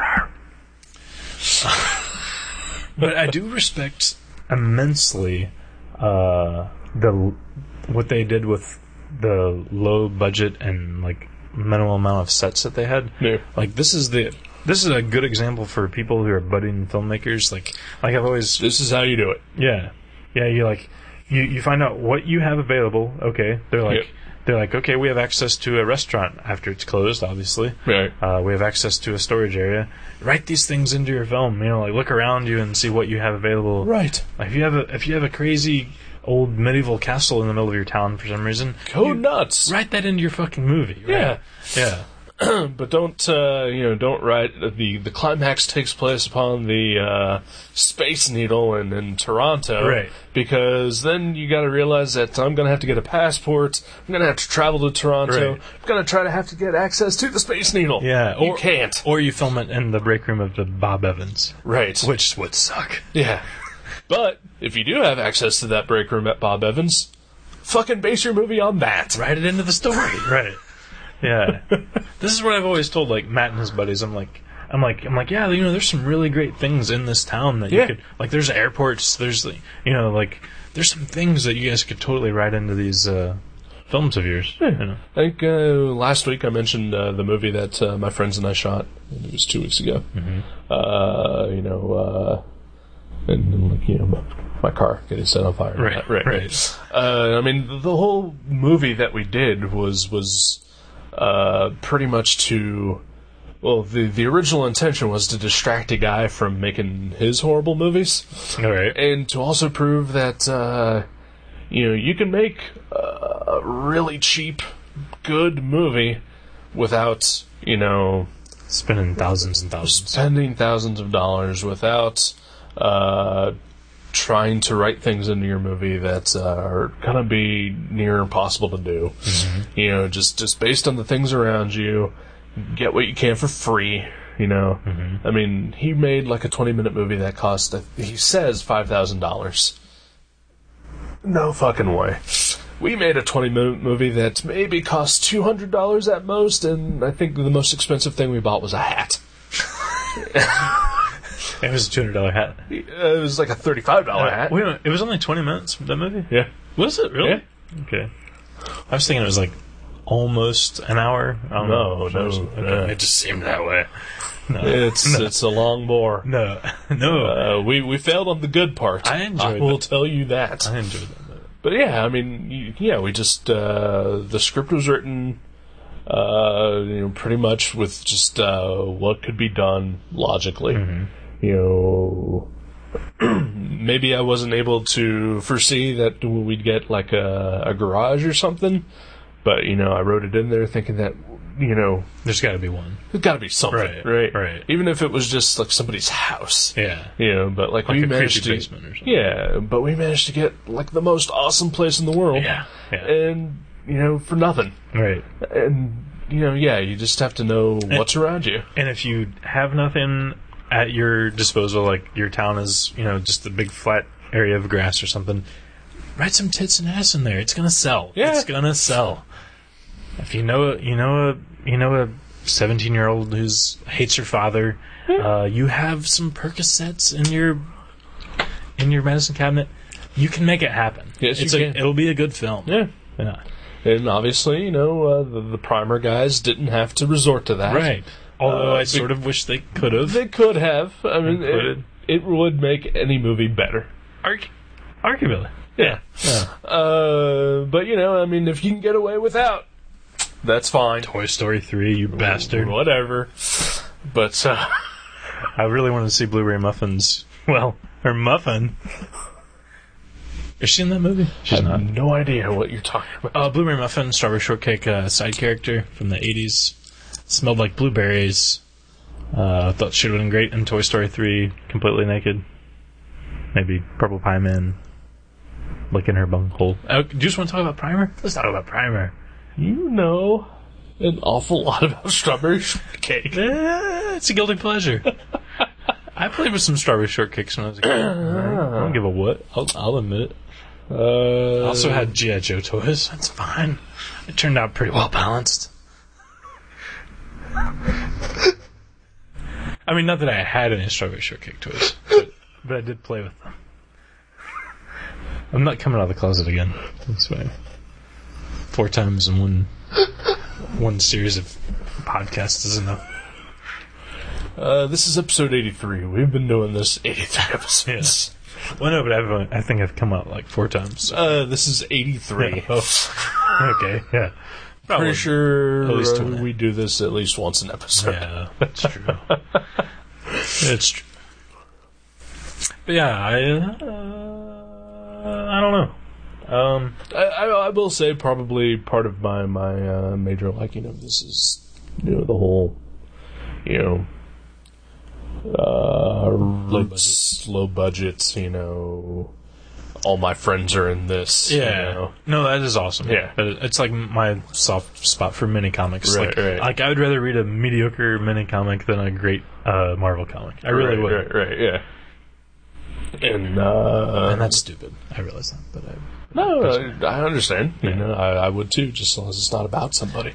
but I do respect immensely uh, the what they did with the low budget and like minimal amount of sets that they had.
Yeah.
Like this is the this is a good example for people who are budding filmmakers. Like like I've always
This is how you do it.
yeah. Yeah, you like you you find out what you have available. Okay, they're like
Yep.
they're like, okay, we have access to a restaurant after it's closed, obviously.
Right.
Uh, we have access to a storage area. Write these things into your film. You know, like look around you and see what you have available.
Right.
Like, if you have a if you have a crazy old medieval castle in the middle of your town for some reason,
Go
you-
nuts.
Write that into your fucking movie. right?
Yeah.
Yeah.
but don't uh, you know? Don't write the the climax takes place upon the uh, Space Needle in, in Toronto,
Right.
Because then you got to realize that I'm gonna have to get a passport. I'm gonna have to travel to Toronto.
Right.
I'm gonna try to have to get access to the Space Needle.
Yeah.
you can't.
Or you film it in the break room of the Bob Evans,
Right.
which would suck.
Yeah. but if you do have access to that break room at Bob Evans, fucking base your movie on that.
write it into the story. right. Yeah. this is what I've always told like Matt and his buddies. I'm like I'm like I'm like, yeah, you know, there's some really great things in this town that
Yeah.
you could like there's airports, there's like, you know, like there's some things that you guys could totally write into these uh films of yours. You know.
I think uh, last week I mentioned uh, the movie that uh, my friends and I shot. It was two weeks ago.
Mm-hmm.
Uh, you know, uh, and, and like you know, my, my car getting set on fire.
Right,
right,
right.
Uh, I mean, the whole movie that we did was was uh, pretty much to. Well, the, the original intention was to distract a guy from making his horrible movies
All right.
and to also prove that uh, you know you can make uh, a really cheap, good movie without you know
Spending thousands and thousands.
spending thousands of dollars, without uh, trying to write things into your movie that uh, are gonna be near impossible to do. You know, just just based on the things around you, get what you can for free. You know, I mean, he made like a twenty-minute movie that cost. uh, He says five thousand dollars. No fucking way. We made a 20 minute movie that maybe cost $200 at most, and I think the most expensive thing we bought was a hat.
It was a two hundred dollar hat.
Uh, it was like a thirty-five dollar hat.
Wait a minute, it was only twenty minutes, that movie?
yeah,
Was it really?
Yeah.
Okay. I was thinking it was like almost an hour. I don't
No,
know.
no,
Okay.
no.
It just seemed that way. No.
it's it's a long bore.
No, no.
Uh, we we failed on the good part.
I enjoyed
I will
that.
tell you that.
I enjoyed that. Movie.
But yeah, I mean, y- yeah, we just uh, the script was written, uh, you know, pretty much with just uh, what could be done logically. You know, maybe I wasn't able to foresee that we'd get like a, a garage or something, but you know, I wrote it in there thinking that you know
There's got to be one.
There's got to be something, right,
Right, right.
Even if it was just like somebody's house,
Yeah.
you know. But like, we
a creepy
managed to,
basement or something.
yeah. But we managed to get like the most awesome place in the world,
Yeah, yeah.
and you know, for nothing,
Right.
and you know, yeah. You just have to know what's around you,
And if you have nothing at your disposal, like your town is, you know, just a big flat area of grass or something, write some tits and ass in there. It's gonna sell.
Yeah.
It's gonna sell. If you know, you know a, you know a seventeen-year-old who's hates her father, uh, you have some Percocets in your in your medicine cabinet. You can make it happen.
Yes, you
it's a,
can.
It'll be a good film.
yeah.
Yeah.
And obviously, you know, uh, the, the primer guys didn't have to resort to that,
Right. Although
Uh,
I
be-
sort of wish they could have.
They could have. I mean,
could
it, it would make any movie better.
Arc- Arguably.
Yeah.
Yeah.
Uh, but you know, I mean, if you can get away without, that's fine.
Toy Story 3, you bastard.
Whatever. But uh,
I really want to see Blueberry Muffins. Well, her muffin. Is she in that movie? She's
I have no idea what you're talking about.
Uh, Blueberry Muffin, Strawberry Shortcake uh, side character from the 80s. Smelled like blueberries. Uh, thought she would have been great in Toy Story 3, completely naked. Maybe Purple Pie Man licking her bunghole. Uh, do you just want to talk about Primer? Let's talk about Primer.
You know an awful lot about strawberry shortcake.
Eh, it's a guilty pleasure. I played with some strawberry shortcakes when I was a kid. I don't give a what. I'll, I'll admit it.
Uh,
I also had GI Joe toys. That's fine. It turned out pretty well balanced. I mean, not that I had any strawberry shortcake toys, but, but I did play with them. I'm not coming out of the closet again. That's fine. Four times in one one series of podcasts is enough.
uh, this is episode 83. We've been doing this 83 episodes.
Well, no, but I've, uh, I think I've come out like four times.
Uh, this is 83.
Oh. okay, yeah. Probably.
Pretty sure
At least two
uh,
and a half.
we do this at least once an episode.
Yeah, that's true. it's true. But yeah, I, uh, I don't know. Um,
I, I, I will say probably part of my my uh, major liking of this is you know the whole you know uh low budget, low budgets you know all my friends are in this you
Yeah.
know.
No, that is awesome.
Yeah.
That is- It's like my soft spot for mini comics.
Right,
like,
right.
like I would rather read a mediocre mini comic than a great uh, Marvel comic. I really
right, right
would.
right yeah and uh
And that's stupid. I realize that, but I,
no I, I understand you know I, I would too just as long as it's not about somebody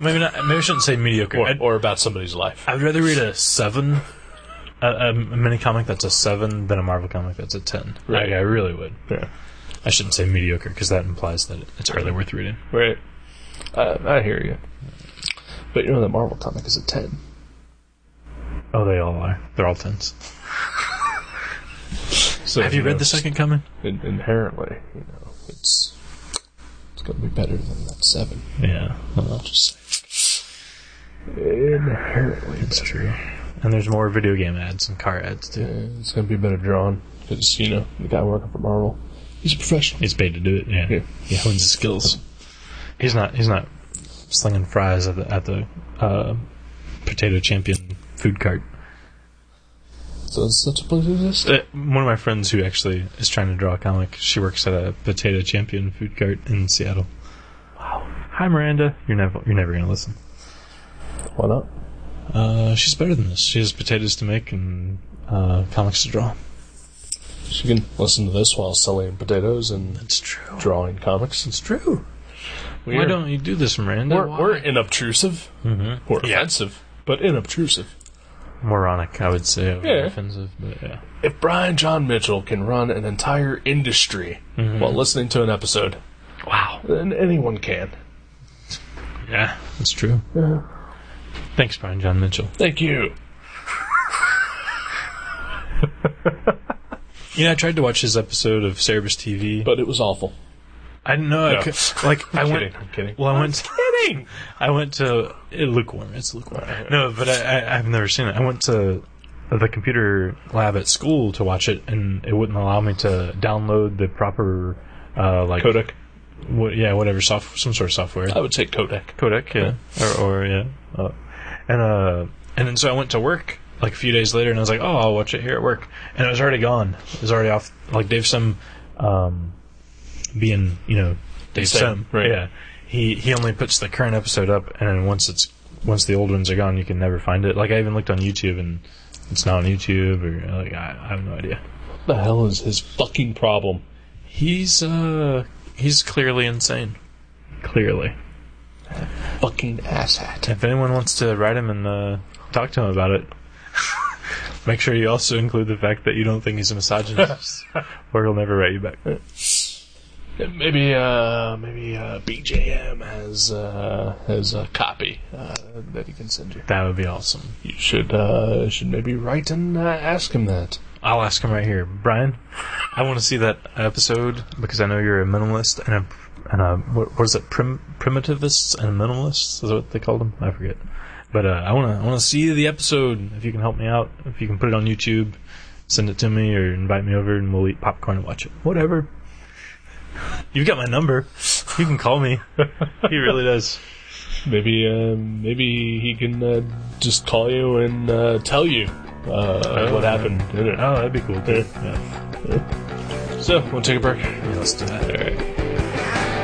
maybe not. Maybe I shouldn't say mediocre.
or,
I'd,
or about somebody's life
I'd rather read a seven, a, a mini comic that's a seven than a Marvel comic that's a ten.
Right.
Like, I really would.
yeah
I shouldn't say mediocre because that implies that it's hardly worth reading.
Right. I, I hear you. But you know that Marvel comic is a ten.
Oh, they all are. They're all tens.
So
Have you read
know,
the second coming?
in- inherently, you know, it's it's gonna be better than that seven.
Yeah,
I'll just say inherently
that's
better.
true. And there's more video game ads and car ads too.
Yeah, uh, it's gonna be better drawn because you know the guy working for Marvel, he's a professional.
He's paid to do it. Yeah,
Yeah.
he hones his skills. He's not. He's not slinging fries at the at the uh, potato champion food cart.
So that's such a place as this.
Uh, one of my friends who actually is trying to draw a comic. She works at a potato champion food cart in Seattle. Wow. Hi, Miranda. You're never. You're never gonna listen.
Why not?
Uh, she's better than this. She has potatoes to make and uh, comics to draw.
She can listen to this while selling potatoes and
That's true.
drawing comics.
It's true.
We
Why
are-
don't you do this, Miranda?
We're,
Why? Mm-hmm.
we're inobtrusive or
Yeah.
offensive, but inobtrusive.
moronic, I would say. over
Yeah.
Offensive, but yeah.
If Brian John Mitchell can run an entire industry while listening to an episode,
Wow.
then anyone can.
Yeah, that's true. Thanks, Brian John Mitchell.
Thank you.
You know, I tried to watch his episode of Cerebus TV.
But it was awful.
I didn't know. I
No.
could, like, I
I'm
went.
kidding, I'm kidding.
Well, I went.
Kidding!
I went to eh, lukewarm. It's lukewarm. No, but I, I, I've never seen it. I went to the computer lab at school to watch it, and it wouldn't allow me to download the proper, uh, like,
Kodak.
What, yeah, whatever soft, some sort of software.
I would say Kodak.
Kodak, yeah, or, or yeah, uh, and uh, and then so I went to work like a few days later, and I was like, oh, I'll watch it here at work, and it was already gone. It was already off. Like Dave Sim, um, being you know Dave
Sim,
Sim,
right.
Yeah, he he only puts the current episode up, and then once it's once the old ones are gone, you can never find it. Like I even looked on YouTube, and it's not on YouTube, or like I, I have no idea.
What the hell is his fucking problem?
He's uh he's clearly insane. Clearly.
Fucking asshat.
If anyone wants to write him and uh, talk to him about it, make sure you also include the fact that you don't think he's a misogynist, or he'll never write you back.
Maybe, uh, maybe, uh, BJM has, uh, has a copy, uh, that he can send you.
That would be awesome.
You should, uh, should maybe write and, uh, ask him that.
I'll ask him right here, Brian. I want to see that episode because I know you're a minimalist and a and a what was it prim, primitivists and minimalists is that what they called them. I forget, but uh, I want to I want to see the episode. If you can help me out, if you can put it on YouTube, send it to me or invite me over and we'll eat popcorn and watch it. Whatever. You've got my number. You can call me. he really does.
Maybe, uh, maybe he can uh, just call you and uh, tell you uh, what happened. in it.
Oh, that'd be cool. Too. Yeah.
So, we'll take a break.
Yeah, let's do that.
All right.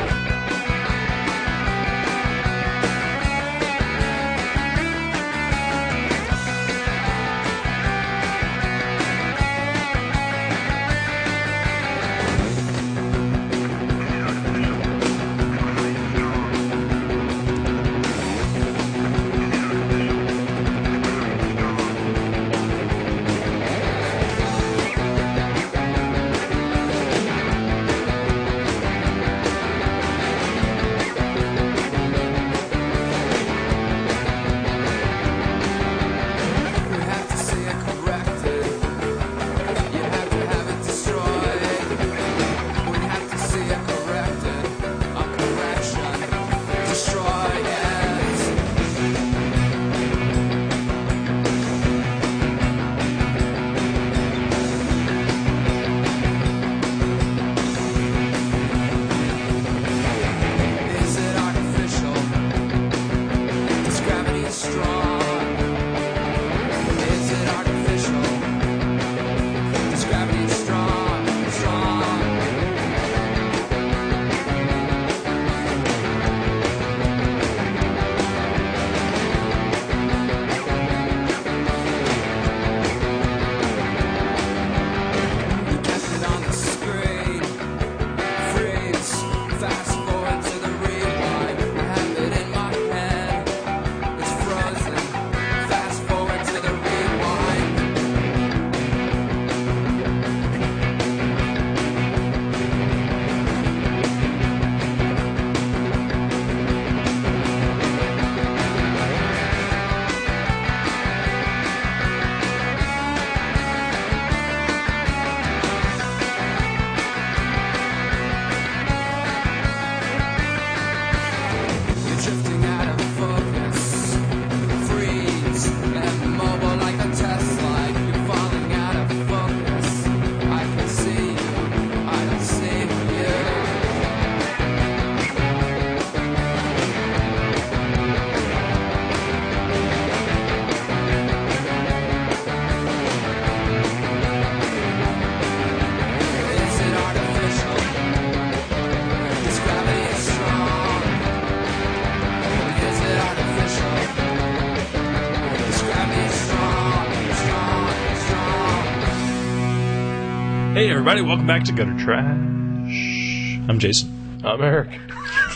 Hey, everybody, welcome back to Gutter Trash. I'm Jason.
I'm Eric.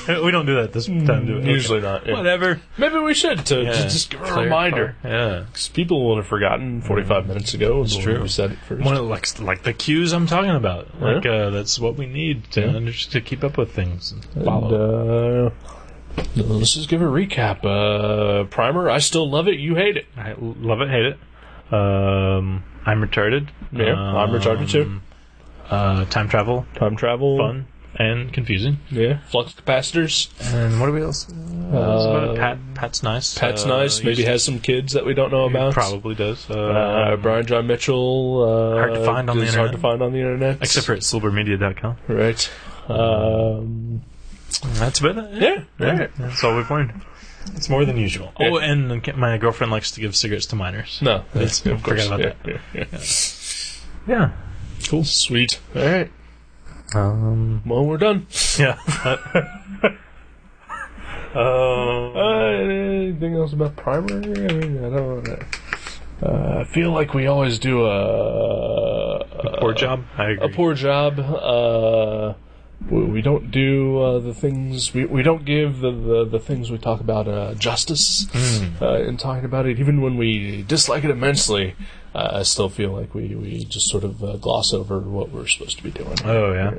Uh, we don't do that this time, do we?
Usually not. yeah.
Whatever.
Maybe we should to
Yeah.
just, just give a
Clarify.
reminder.
Yeah.
'Cause people would have forgotten 45 minutes ago. It's
Mm-hmm. true.
We said it first.
One of, like like the cues I'm talking about.
Yeah.
Like uh, that's what we need to
Yeah.
under- to keep up with things. and
And,
follow.
uh, let's just give a recap. Uh, primer, I still love it. You hate it.
I l- love it, hate it. Um, I'm retarded.
Yeah, I'm retarded too.
Um, Uh, time travel,
Time travel.
fun and confusing.
Yeah. Flux capacitors.
And what are we else? Uh,
Uh,
Pat Pat's nice.
Pat's
Uh,
nice.
he's-
Maybe has some kids that we don't know
he
about.
Probably does. Uh,
Uh, Brian John Mitchell. Uh,
Hard to find on the
is Hard
internet.
to find on the internet.
Except for at silvermedia.com.
Right. Um,
That's about it.
yeah. Right.
That's all we've learned. It's more than usual. Oh, and my girlfriend likes to give cigarettes to minors.
No. That's, of course.
Forgot about
yeah,
that.
yeah, yeah.
Yeah.
Cool. Sweet. All right.
Um.
Well, we're done.
Yeah.
Uh,
um.
anything else about primer? I mean, I don't. know. Uh, I feel like we always do a
Poor job. Uh, I agree.
a poor job. Uh, we, we don't do uh, the things we, we don't give the, the, the things we talk about uh, justice
Hmm.
uh, in talking about it. Even when we dislike it immensely, uh, I still feel like we, we just sort of uh, gloss over what we're supposed to be doing.
Oh yeah.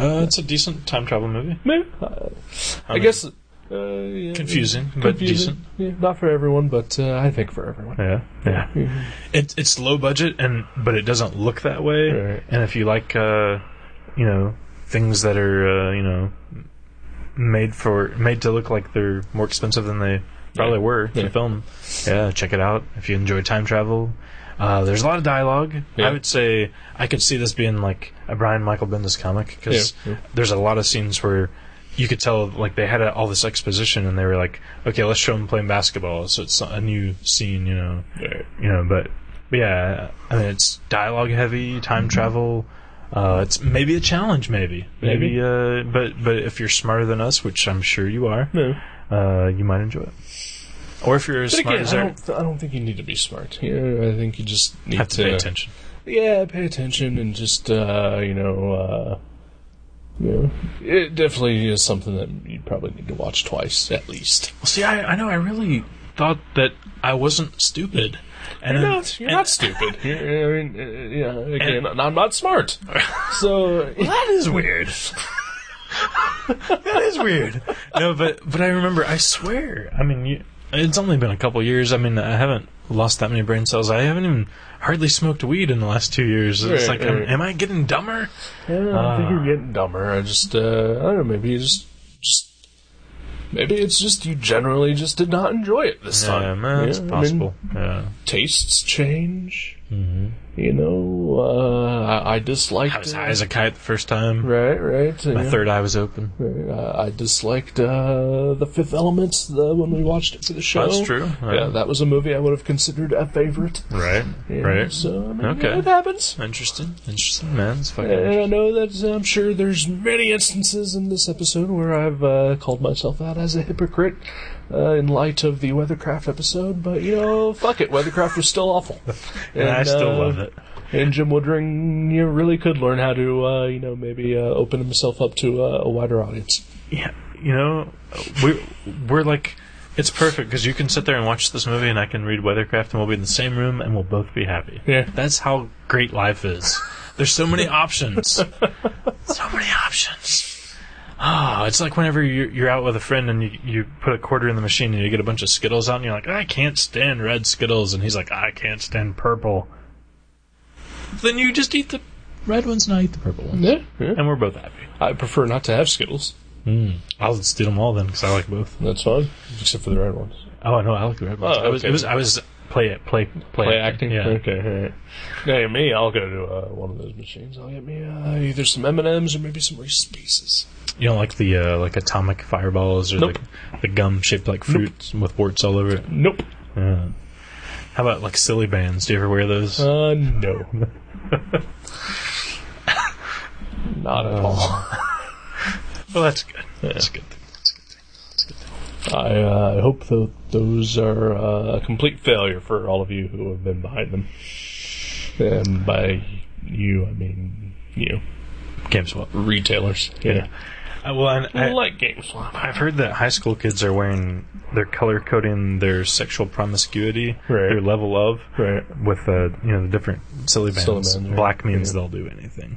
Uh, it's a decent time travel movie.
Maybe. Uh, I,
mean,
guess. Uh, yeah,
confusing, but decent.
Yeah, not for everyone, but uh, I think for everyone.
Yeah. Yeah. It, it's low budget and but it doesn't look that way.
Right.
And if you like, uh, you know, things that are uh, you know made for made to look like they're more expensive than they probably
Yeah.
were to
Yeah.
film, yeah, check it out. If you enjoy time travel. Uh, there's a lot of dialogue.
Yeah.
I would say I could see this being like a Brian Michael Bendis comic because
Yeah. Yeah.
there's a lot of scenes where you could tell like they had uh all this exposition and they were like, okay, let's show them playing basketball. So it's a new scene, you know you know but, but yeah i mean it's dialogue heavy time travel uh, it's maybe a challenge maybe maybe,
Maybe.
uh, but but if you're smarter than us which i'm sure you are
No.
uh, you might enjoy it or if you're as
But
smart
again,
as
I
Eric,
don't, I don't think you need to be smart here. I think you just need
have to, pay attention
Yeah, pay attention and just, uh, you know, uh, you know, it definitely is something that you probably need to watch twice at least.
well see I, I know i really thought that i wasn't stupid and
You're
then-
not, you're
and-
not stupid. You're, I mean, uh, yeah, again, and I'm not smart. So,
that is weird. that is weird. No, but but I remember. I swear. I mean, you, it's only been a couple years. I mean, I haven't lost that many brain cells. I haven't even hardly smoked weed in the last two years. It's
Right,
like, am-
right.
am I getting dumber?
I don't think
Ah.
you're getting dumber. I just, uh, I don't know, maybe you just, just, maybe it's just you generally just did not enjoy it this
Yeah,
time.
man, it's
Yeah, I mean,
possible. yeah.
tastes change.
Mm-hmm.
You know, uh, I, I disliked.
I was high as a kite the first time.
Right, right.
My
yeah.
third eye was open.
Uh, I disliked uh, the Fifth Element the, when we watched it for the show.
That's true.
Yeah, that was a movie I would have considered a favorite.
Right.
Yeah,
Right.
So I mean,
Okay.
it happens.
Interesting. Interesting, man. It's fucking
And I
interesting.
know that uh, I'm sure there's many instances in this episode where I've uh, called myself out as a hypocrite uh, in light of the Weathercraft episode, but you know, fuck it, Weathercraft was still awful.
And I still
uh,
love it.
And Jim Woodring, you really could learn how to, uh, you know, maybe uh, open himself up to uh, a wider audience.
yeah, you know, we we're like it's perfect because you can sit there and watch this movie, and I can read Weathercraft, and we'll be in the same room, and we'll both be happy.
Yeah.
that's how great life is. There's so many options. so many options. Ah, it's like whenever you're, you're out with a friend and you, you put a quarter in the machine and you get a bunch of Skittles out, and you're like, I can't stand red Skittles, and he's like, I can't stand purple. Then you just eat the red ones, and I eat the purple ones,
Yeah, yeah.
and we're both happy.
I prefer not to have Skittles.
I'll just eat them all then because I like both.
That's fine, except for the red ones.
Oh no, I like the red ones.
Oh,
I was, it
okay.
was, I was play it, play, play,
Play acting.
Yeah.
Okay. All right. Now me, I'll go to uh, one of those machines. I'll get me uh, either some M and M's or maybe some Reese's Pieces.
You don't like the uh, like atomic fireballs or
Nope.
the, the gum shaped like fruits with warts all over it.
Nope.
Yeah. How about like silly bands? Do you ever wear those?
Uh, no. Not at all.
well, that's good. That's a good thing. That's a good thing. That's a good thing.
I, uh, I hope tho- those are uh, a complete failure for all of you who have been behind them. And by you, I mean you.
GameStop.
Retailers. Yeah.
Uh, well, and
I
I,
like GameStop.
I've heard that high school kids are wearing, they're color coding their sexual promiscuity,
Right.
their level of,
Right.
with uh, you know the different silly bands.
Silly bands, right.
Black means
Yeah.
they'll do anything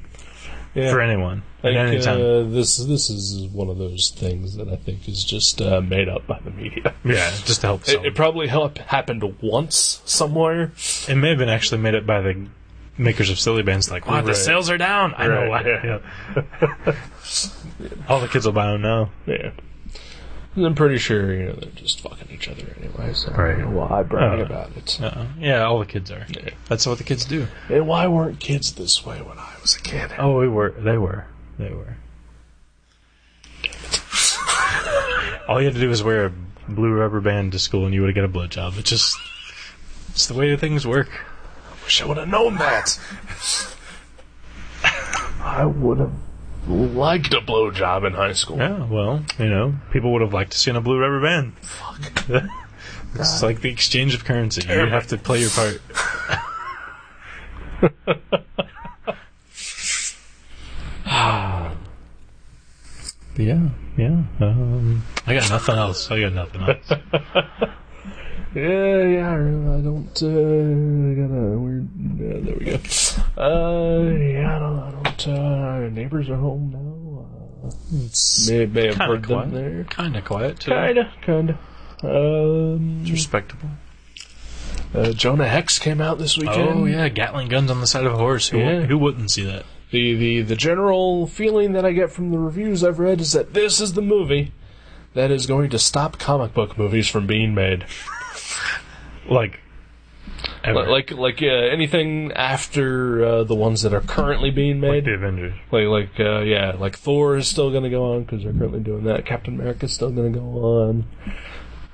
Yeah.
for anyone
I
at any
think,
time.
uh, this this is one of those things that I think is just uh, made up by the media.
yeah, just to help.
It,
It,
it probably help, happened once somewhere.
it may have been actually made up by the makers of silly bands. Like, what? The
Right.
sales are down. I know why.
Right, yeah.
All the kids will buy them now.
Yeah. And I'm pretty sure you know they're just fucking each other anyway. So
Right.
Well, I brag
Uh,
about it.
Uh-uh. Yeah, all the kids are.
Yeah.
That's what the kids do.
And why weren't kids this way when I was a kid?
Oh, we were. They were. They were. All you had to do was wear a blue rubber band to school, and you would have got a blowjob. It's just, it's the way things work.
wish I would have known that. I would have liked a blowjob in high school.
Yeah, well, you know, people would have liked to see in a blue rubber band. Fuck. it's like the exchange of currency.
Damn
you have to play your part. But yeah, yeah. Um, I got nothing else. I got nothing else.
Yeah, yeah, I really- I don't. Uh, I got a weird. Uh, there we go. Uh, yeah, I don't. I don't. Uh, our neighbors are home now. Uh,
It's
may may have
kind
heard
of
them
quiet.
there.
Kind of quiet today.
Kinda, kinda. Um,
It's respectable.
uh, Jonah Hex came out this weekend.
Oh yeah, Gatling guns on the side of a horse. Who,
Yeah.
who wouldn't see that?
The, the the general feeling that I get from the reviews I've read is that this is the movie that is going to stop comic book movies from being made.
Like, ever.
Li- Like like uh, anything after uh, the ones that are currently being
like
made.
the Avengers.
Like like uh, yeah, like Thor is still going to go on because they're currently doing that. Captain America is still going to go on.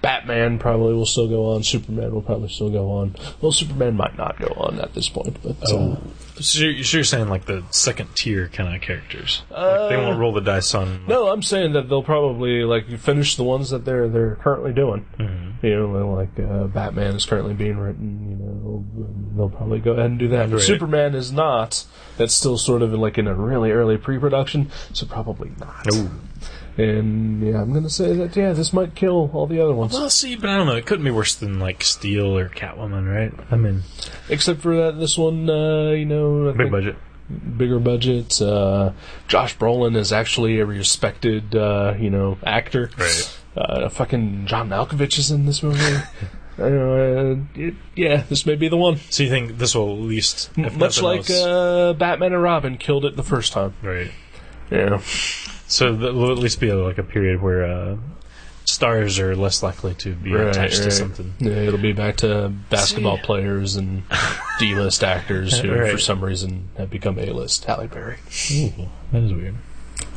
Batman probably will still go on. Superman will probably still go on. Well, Superman might not go on at this point, but uh,
So you're, so you're saying like the second tier kind of characters? like they
Uh,
won't roll the dice on.
No, I'm saying that they'll probably like finish the ones that they're they're currently doing. You know, like uh, Batman is currently being written. You know, and they'll probably go ahead and do that.
Right.
Superman is not. That's still sort of like in a really early pre-production, so probably not.
Ooh.
And yeah, I'm gonna say that yeah, this might kill all the other ones,
Well, see, but I don't know. It couldn't be worse than like Steel or Catwoman, right? I mean,
except for that this one. Uh, you know, I
big
think
budget.
bigger budget. Uh, Josh Brolin is actually a respected, uh, you know, actor.
Right.
Uh, fucking John Malkovich is in this movie. I don't know, uh, it- yeah, this may be the one.
So you think this will at least, if
Much
nothing
like
else-
uh, Batman and Robin killed it the first time.
right?
Yeah.
So that will at least be like a period where uh, stars are less likely to be
Right,
attached to
right.
something.
Yeah, it'll be back to basketball
See?
players and D-list actors who, for
Right.
some reason, have become A-list. Halle Berry.
that is weird.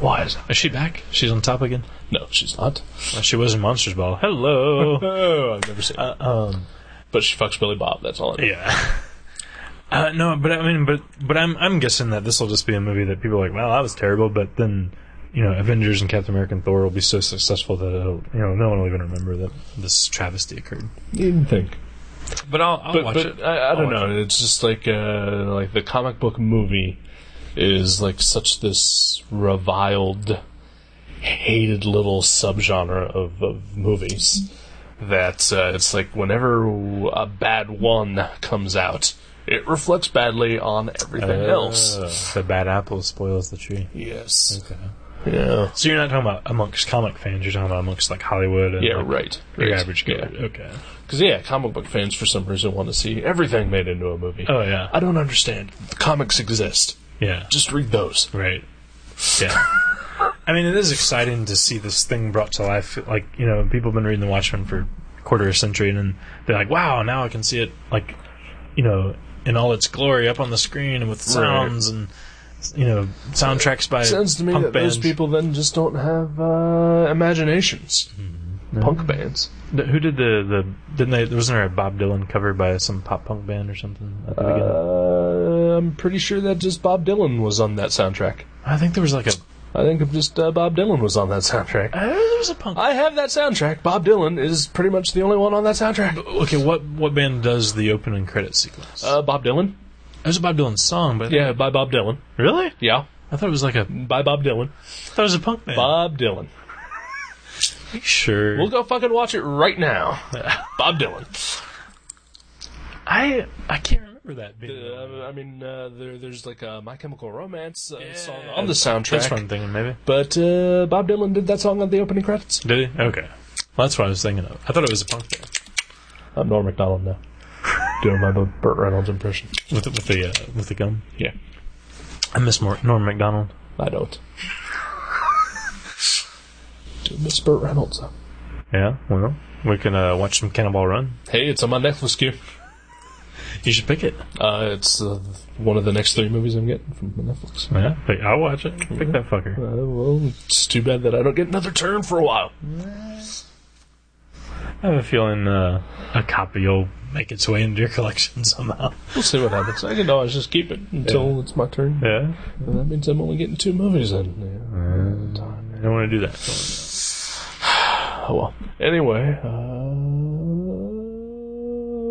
Why is that?
Is she back? She's on top again.
No, she's not.
Uh, She was in Monsters Ball. Hello.
Oh, I've never seen. her.
uh, um.
but she fucks Billy Bob. That's all. I know.
Yeah. Uh, no, but I mean, but but I'm I'm guessing that this will just be a movie that people are like, well, that was terrible, but then you know, Avengers and Captain America and Thor will be so successful that it'll, you know no one will even remember that this travesty occurred.
Didn't think.
But I'll, I'll
but,
watch
but
it. Uh,
I, I
I'll
don't
watch
know. It's just like uh, like the comic book movie is like such this reviled, hated little subgenre of, of movies that uh, it's like whenever a bad one comes out, it reflects badly on everything
Uh,
else.
The bad apple spoils the tree.
Yes.
Okay.
Yeah.
So you're not talking about amongst comic fans. You're talking about amongst like Hollywood and
Yeah.
like,
Right.
your
right.
average guy. Okay.
Because yeah, comic book fans for some reason want to see everything made into a movie.
Oh yeah.
I don't understand. The comics exist.
yeah.
Just read those.
Right. Yeah. I mean, it is exciting to see this thing brought to life. Like, you know, people have been reading The Watchmen for a quarter of a century, and then they're like, wow, now I can see it, like, you know, in all its glory up on the screen and with sounds and, you know, soundtracks by.
Sounds to me
punk
that
bands.
those people then just don't have uh, imaginations.
Mm-hmm.
Punk bands.
The- Who did the. the didn't they, wasn't there a Bob Dylan cover by some pop punk band or something at the beginning?
Uh, I'm pretty sure that just Bob Dylan was on that soundtrack.
I think there was like a.
I think of just uh, Bob Dylan was on that soundtrack.
Uh, there was a punk.
I have that soundtrack. Bob Dylan is pretty much the only one on that soundtrack.
okay, what, what band does the opening credit sequence?
Uh, Bob Dylan?
It was a Bob Dylan song, but
Yeah, by Bob Dylan.
really,
Yeah,
I thought it was like a
by Bob Dylan.
I thought it was a punk band.
Bob Dylan.
Are you sure.
We'll go fucking watch it right now. Bob Dylan.
I I can't remember that. Being
Uh, I mean, uh, there, there's like a My Chemical Romance uh, song
Yeah,
on the
That's what I'm
soundtrack.
thinking. Maybe
But uh, Bob Dylan did that song on the opening credits.
did he? Okay, well, that's what I was thinking of. I thought it was a punk band
I'm Norm MacDonald now. Doing my Burt Reynolds impression.
with the, with the uh, with the gum.
Yeah.
I miss Mor- Norm Macdonald.
I don't. Do miss Burt Reynolds though.
Yeah, well, we can uh, watch some Cannonball Run.
Hey, it's on my Netflix queue.
You should pick it.
Uh, it's uh, one of the next three movies I'm getting from Netflix.
Yeah, but I'll watch it. Pick that fucker.
Uh, well, it's too bad that I don't get another turn for a while.
I have a feeling uh, a copy will make its way into your collection somehow.
We'll see what happens. I can always just keep it until it's my turn.
Yeah,
And that means I'm only getting two movies in. Yeah.
I don't want to do that.
Oh well. Anyway, uh,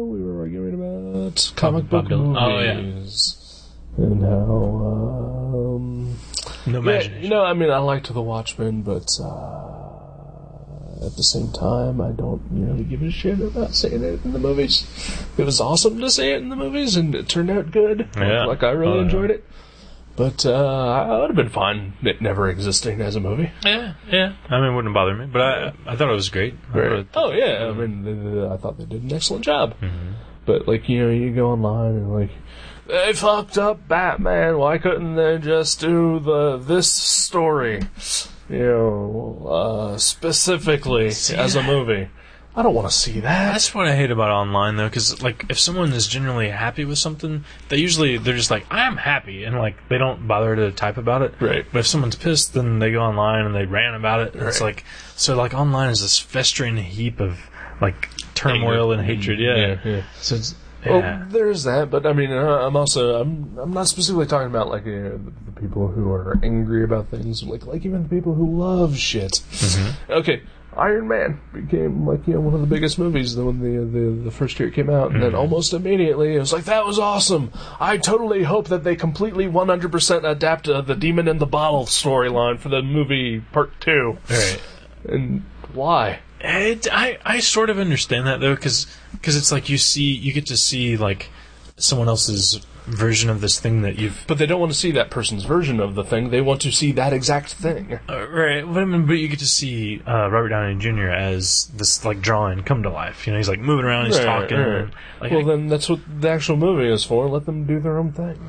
we were arguing about comic
Bob
book
Dylan. Oh, yeah.
movies and how. Um,
No
yeah,
imagination.
you know, I mean, I liked The Watchmen, but uh, at the same time, I don't really give a shit about seeing it in the movies. It was awesome to see it in the movies, and it turned out good.
Yeah.
Like, I really
Oh, yeah.
enjoyed it. But uh, I would have been fine it never existing as a movie.
Yeah, yeah. I mean, it wouldn't bother me, but I I thought it was great. I thought it-
Oh yeah, I mean, th- th- I thought they did an excellent job. But like, you know, you go online and like, they fucked up Batman. Why couldn't they just do the this story, you know, uh, specifically as a movie? I don't want to see that.
That's what I hate about online though, because like if someone is generally happy with something, they usually they're just like I'm happy, and like they don't bother to type about it.
Right.
But if someone's pissed, then they go online and they rant about it. And It's
Right.
like so like online is this festering heap of like turmoil and hatred. Yeah.
Mm-hmm.
So it's yeah.
Well, Oh, there's that, but I mean, uh, I'm also I'm I'm not specifically talking about like you know, the, the people who are angry about things, like like even the people who love shit.
Mm-hmm.
Okay, Iron Man became like you know one of the biggest movies the- when the the, the first year it came out, and
Mm-hmm.
then almost immediately it was like that was awesome. I totally hope that they completely 100% adapt uh, the Demon in the Bottle storyline for the movie part two.
All right.
And why?
It, I I sort of understand that though, because it's like you see you get to see like someone else's version of this thing that you've
But they don't want to see that person's version of the thing. They want to see that exact thing.
Uh, right, but, I mean, but you get to see uh, Robert Downey Jr. as this like drawing come to life. You know, he's like moving around, he's
Right,
talking.
right.
and, like,
well, then that's what the actual movie is for. Let them do their own thing.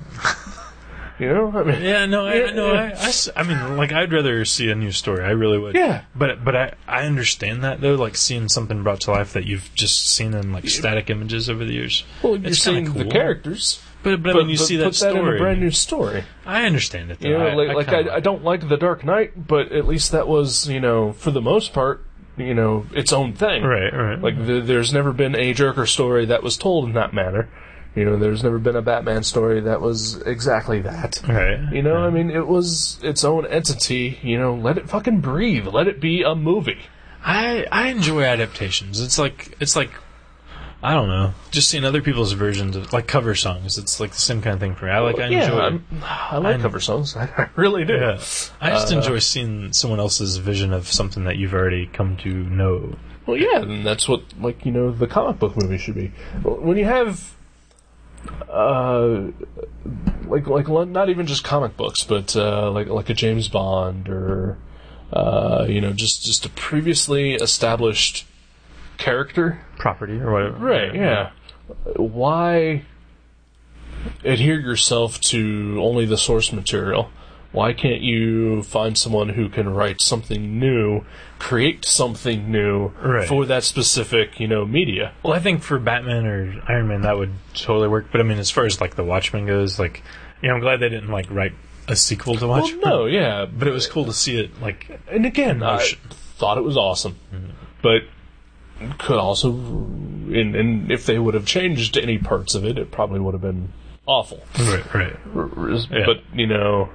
you know, I mean,
yeah, no, I,
Yeah,
no, I,
yeah.
I s- I mean, like I'd rather see a new story. I really would.
Yeah.
but but I I understand that though, like seeing something brought to life that you've just seen in like static images over the years.
well, you're
kinda
seeing the
cool.
characters,
but but,
but
when you
but
see
put
that story,
that in a brand new story.
I understand it. Though.
You know,
I,
like,
I
like,
kinda
I, I don't like The Dark Knight, but at least that was, you know, for the most part, you know, its own thing.
right, right,
Like, th- there's never been a Joker story that was told in that manner. You know, there's never been a Batman story that was exactly that.
right.
You know, I mean, it was its own entity. You know, let it fucking breathe. Let it be a movie.
I I enjoy adaptations. It's like it's like I don't know, just seeing other people's versions of like cover songs. It's like the same kind of thing for me. I like I
yeah,
enjoy.
I'm- I like
I'm-
cover songs. I, I really do.
yeah, I just enjoy seeing someone else's vision of something that you've already come to know.
Well, yeah, and that's what like you know the comic book movie should be. When you have, uh, like like lo- not even just comic books, but uh, like like a James Bond or, uh, you know, just just a previously established character
Property or whatever.
Right, yeah. Why adhere yourself to only the source material? Why can't you find someone who can write something new, create something new
Right.
for that specific, you know, media?
Well, I think for Batman or Iron Man that would totally work. But I mean, as far as like the Watchmen goes, like you know, I'm glad they didn't like write a sequel to
Well,
Watchmen.
no, yeah,
but it was cool to see it like
and again, I
Motion.
thought it was awesome, but could also, and, and if they would have changed any parts of it, it probably would have been awful.
right, right. Yeah.
But you know,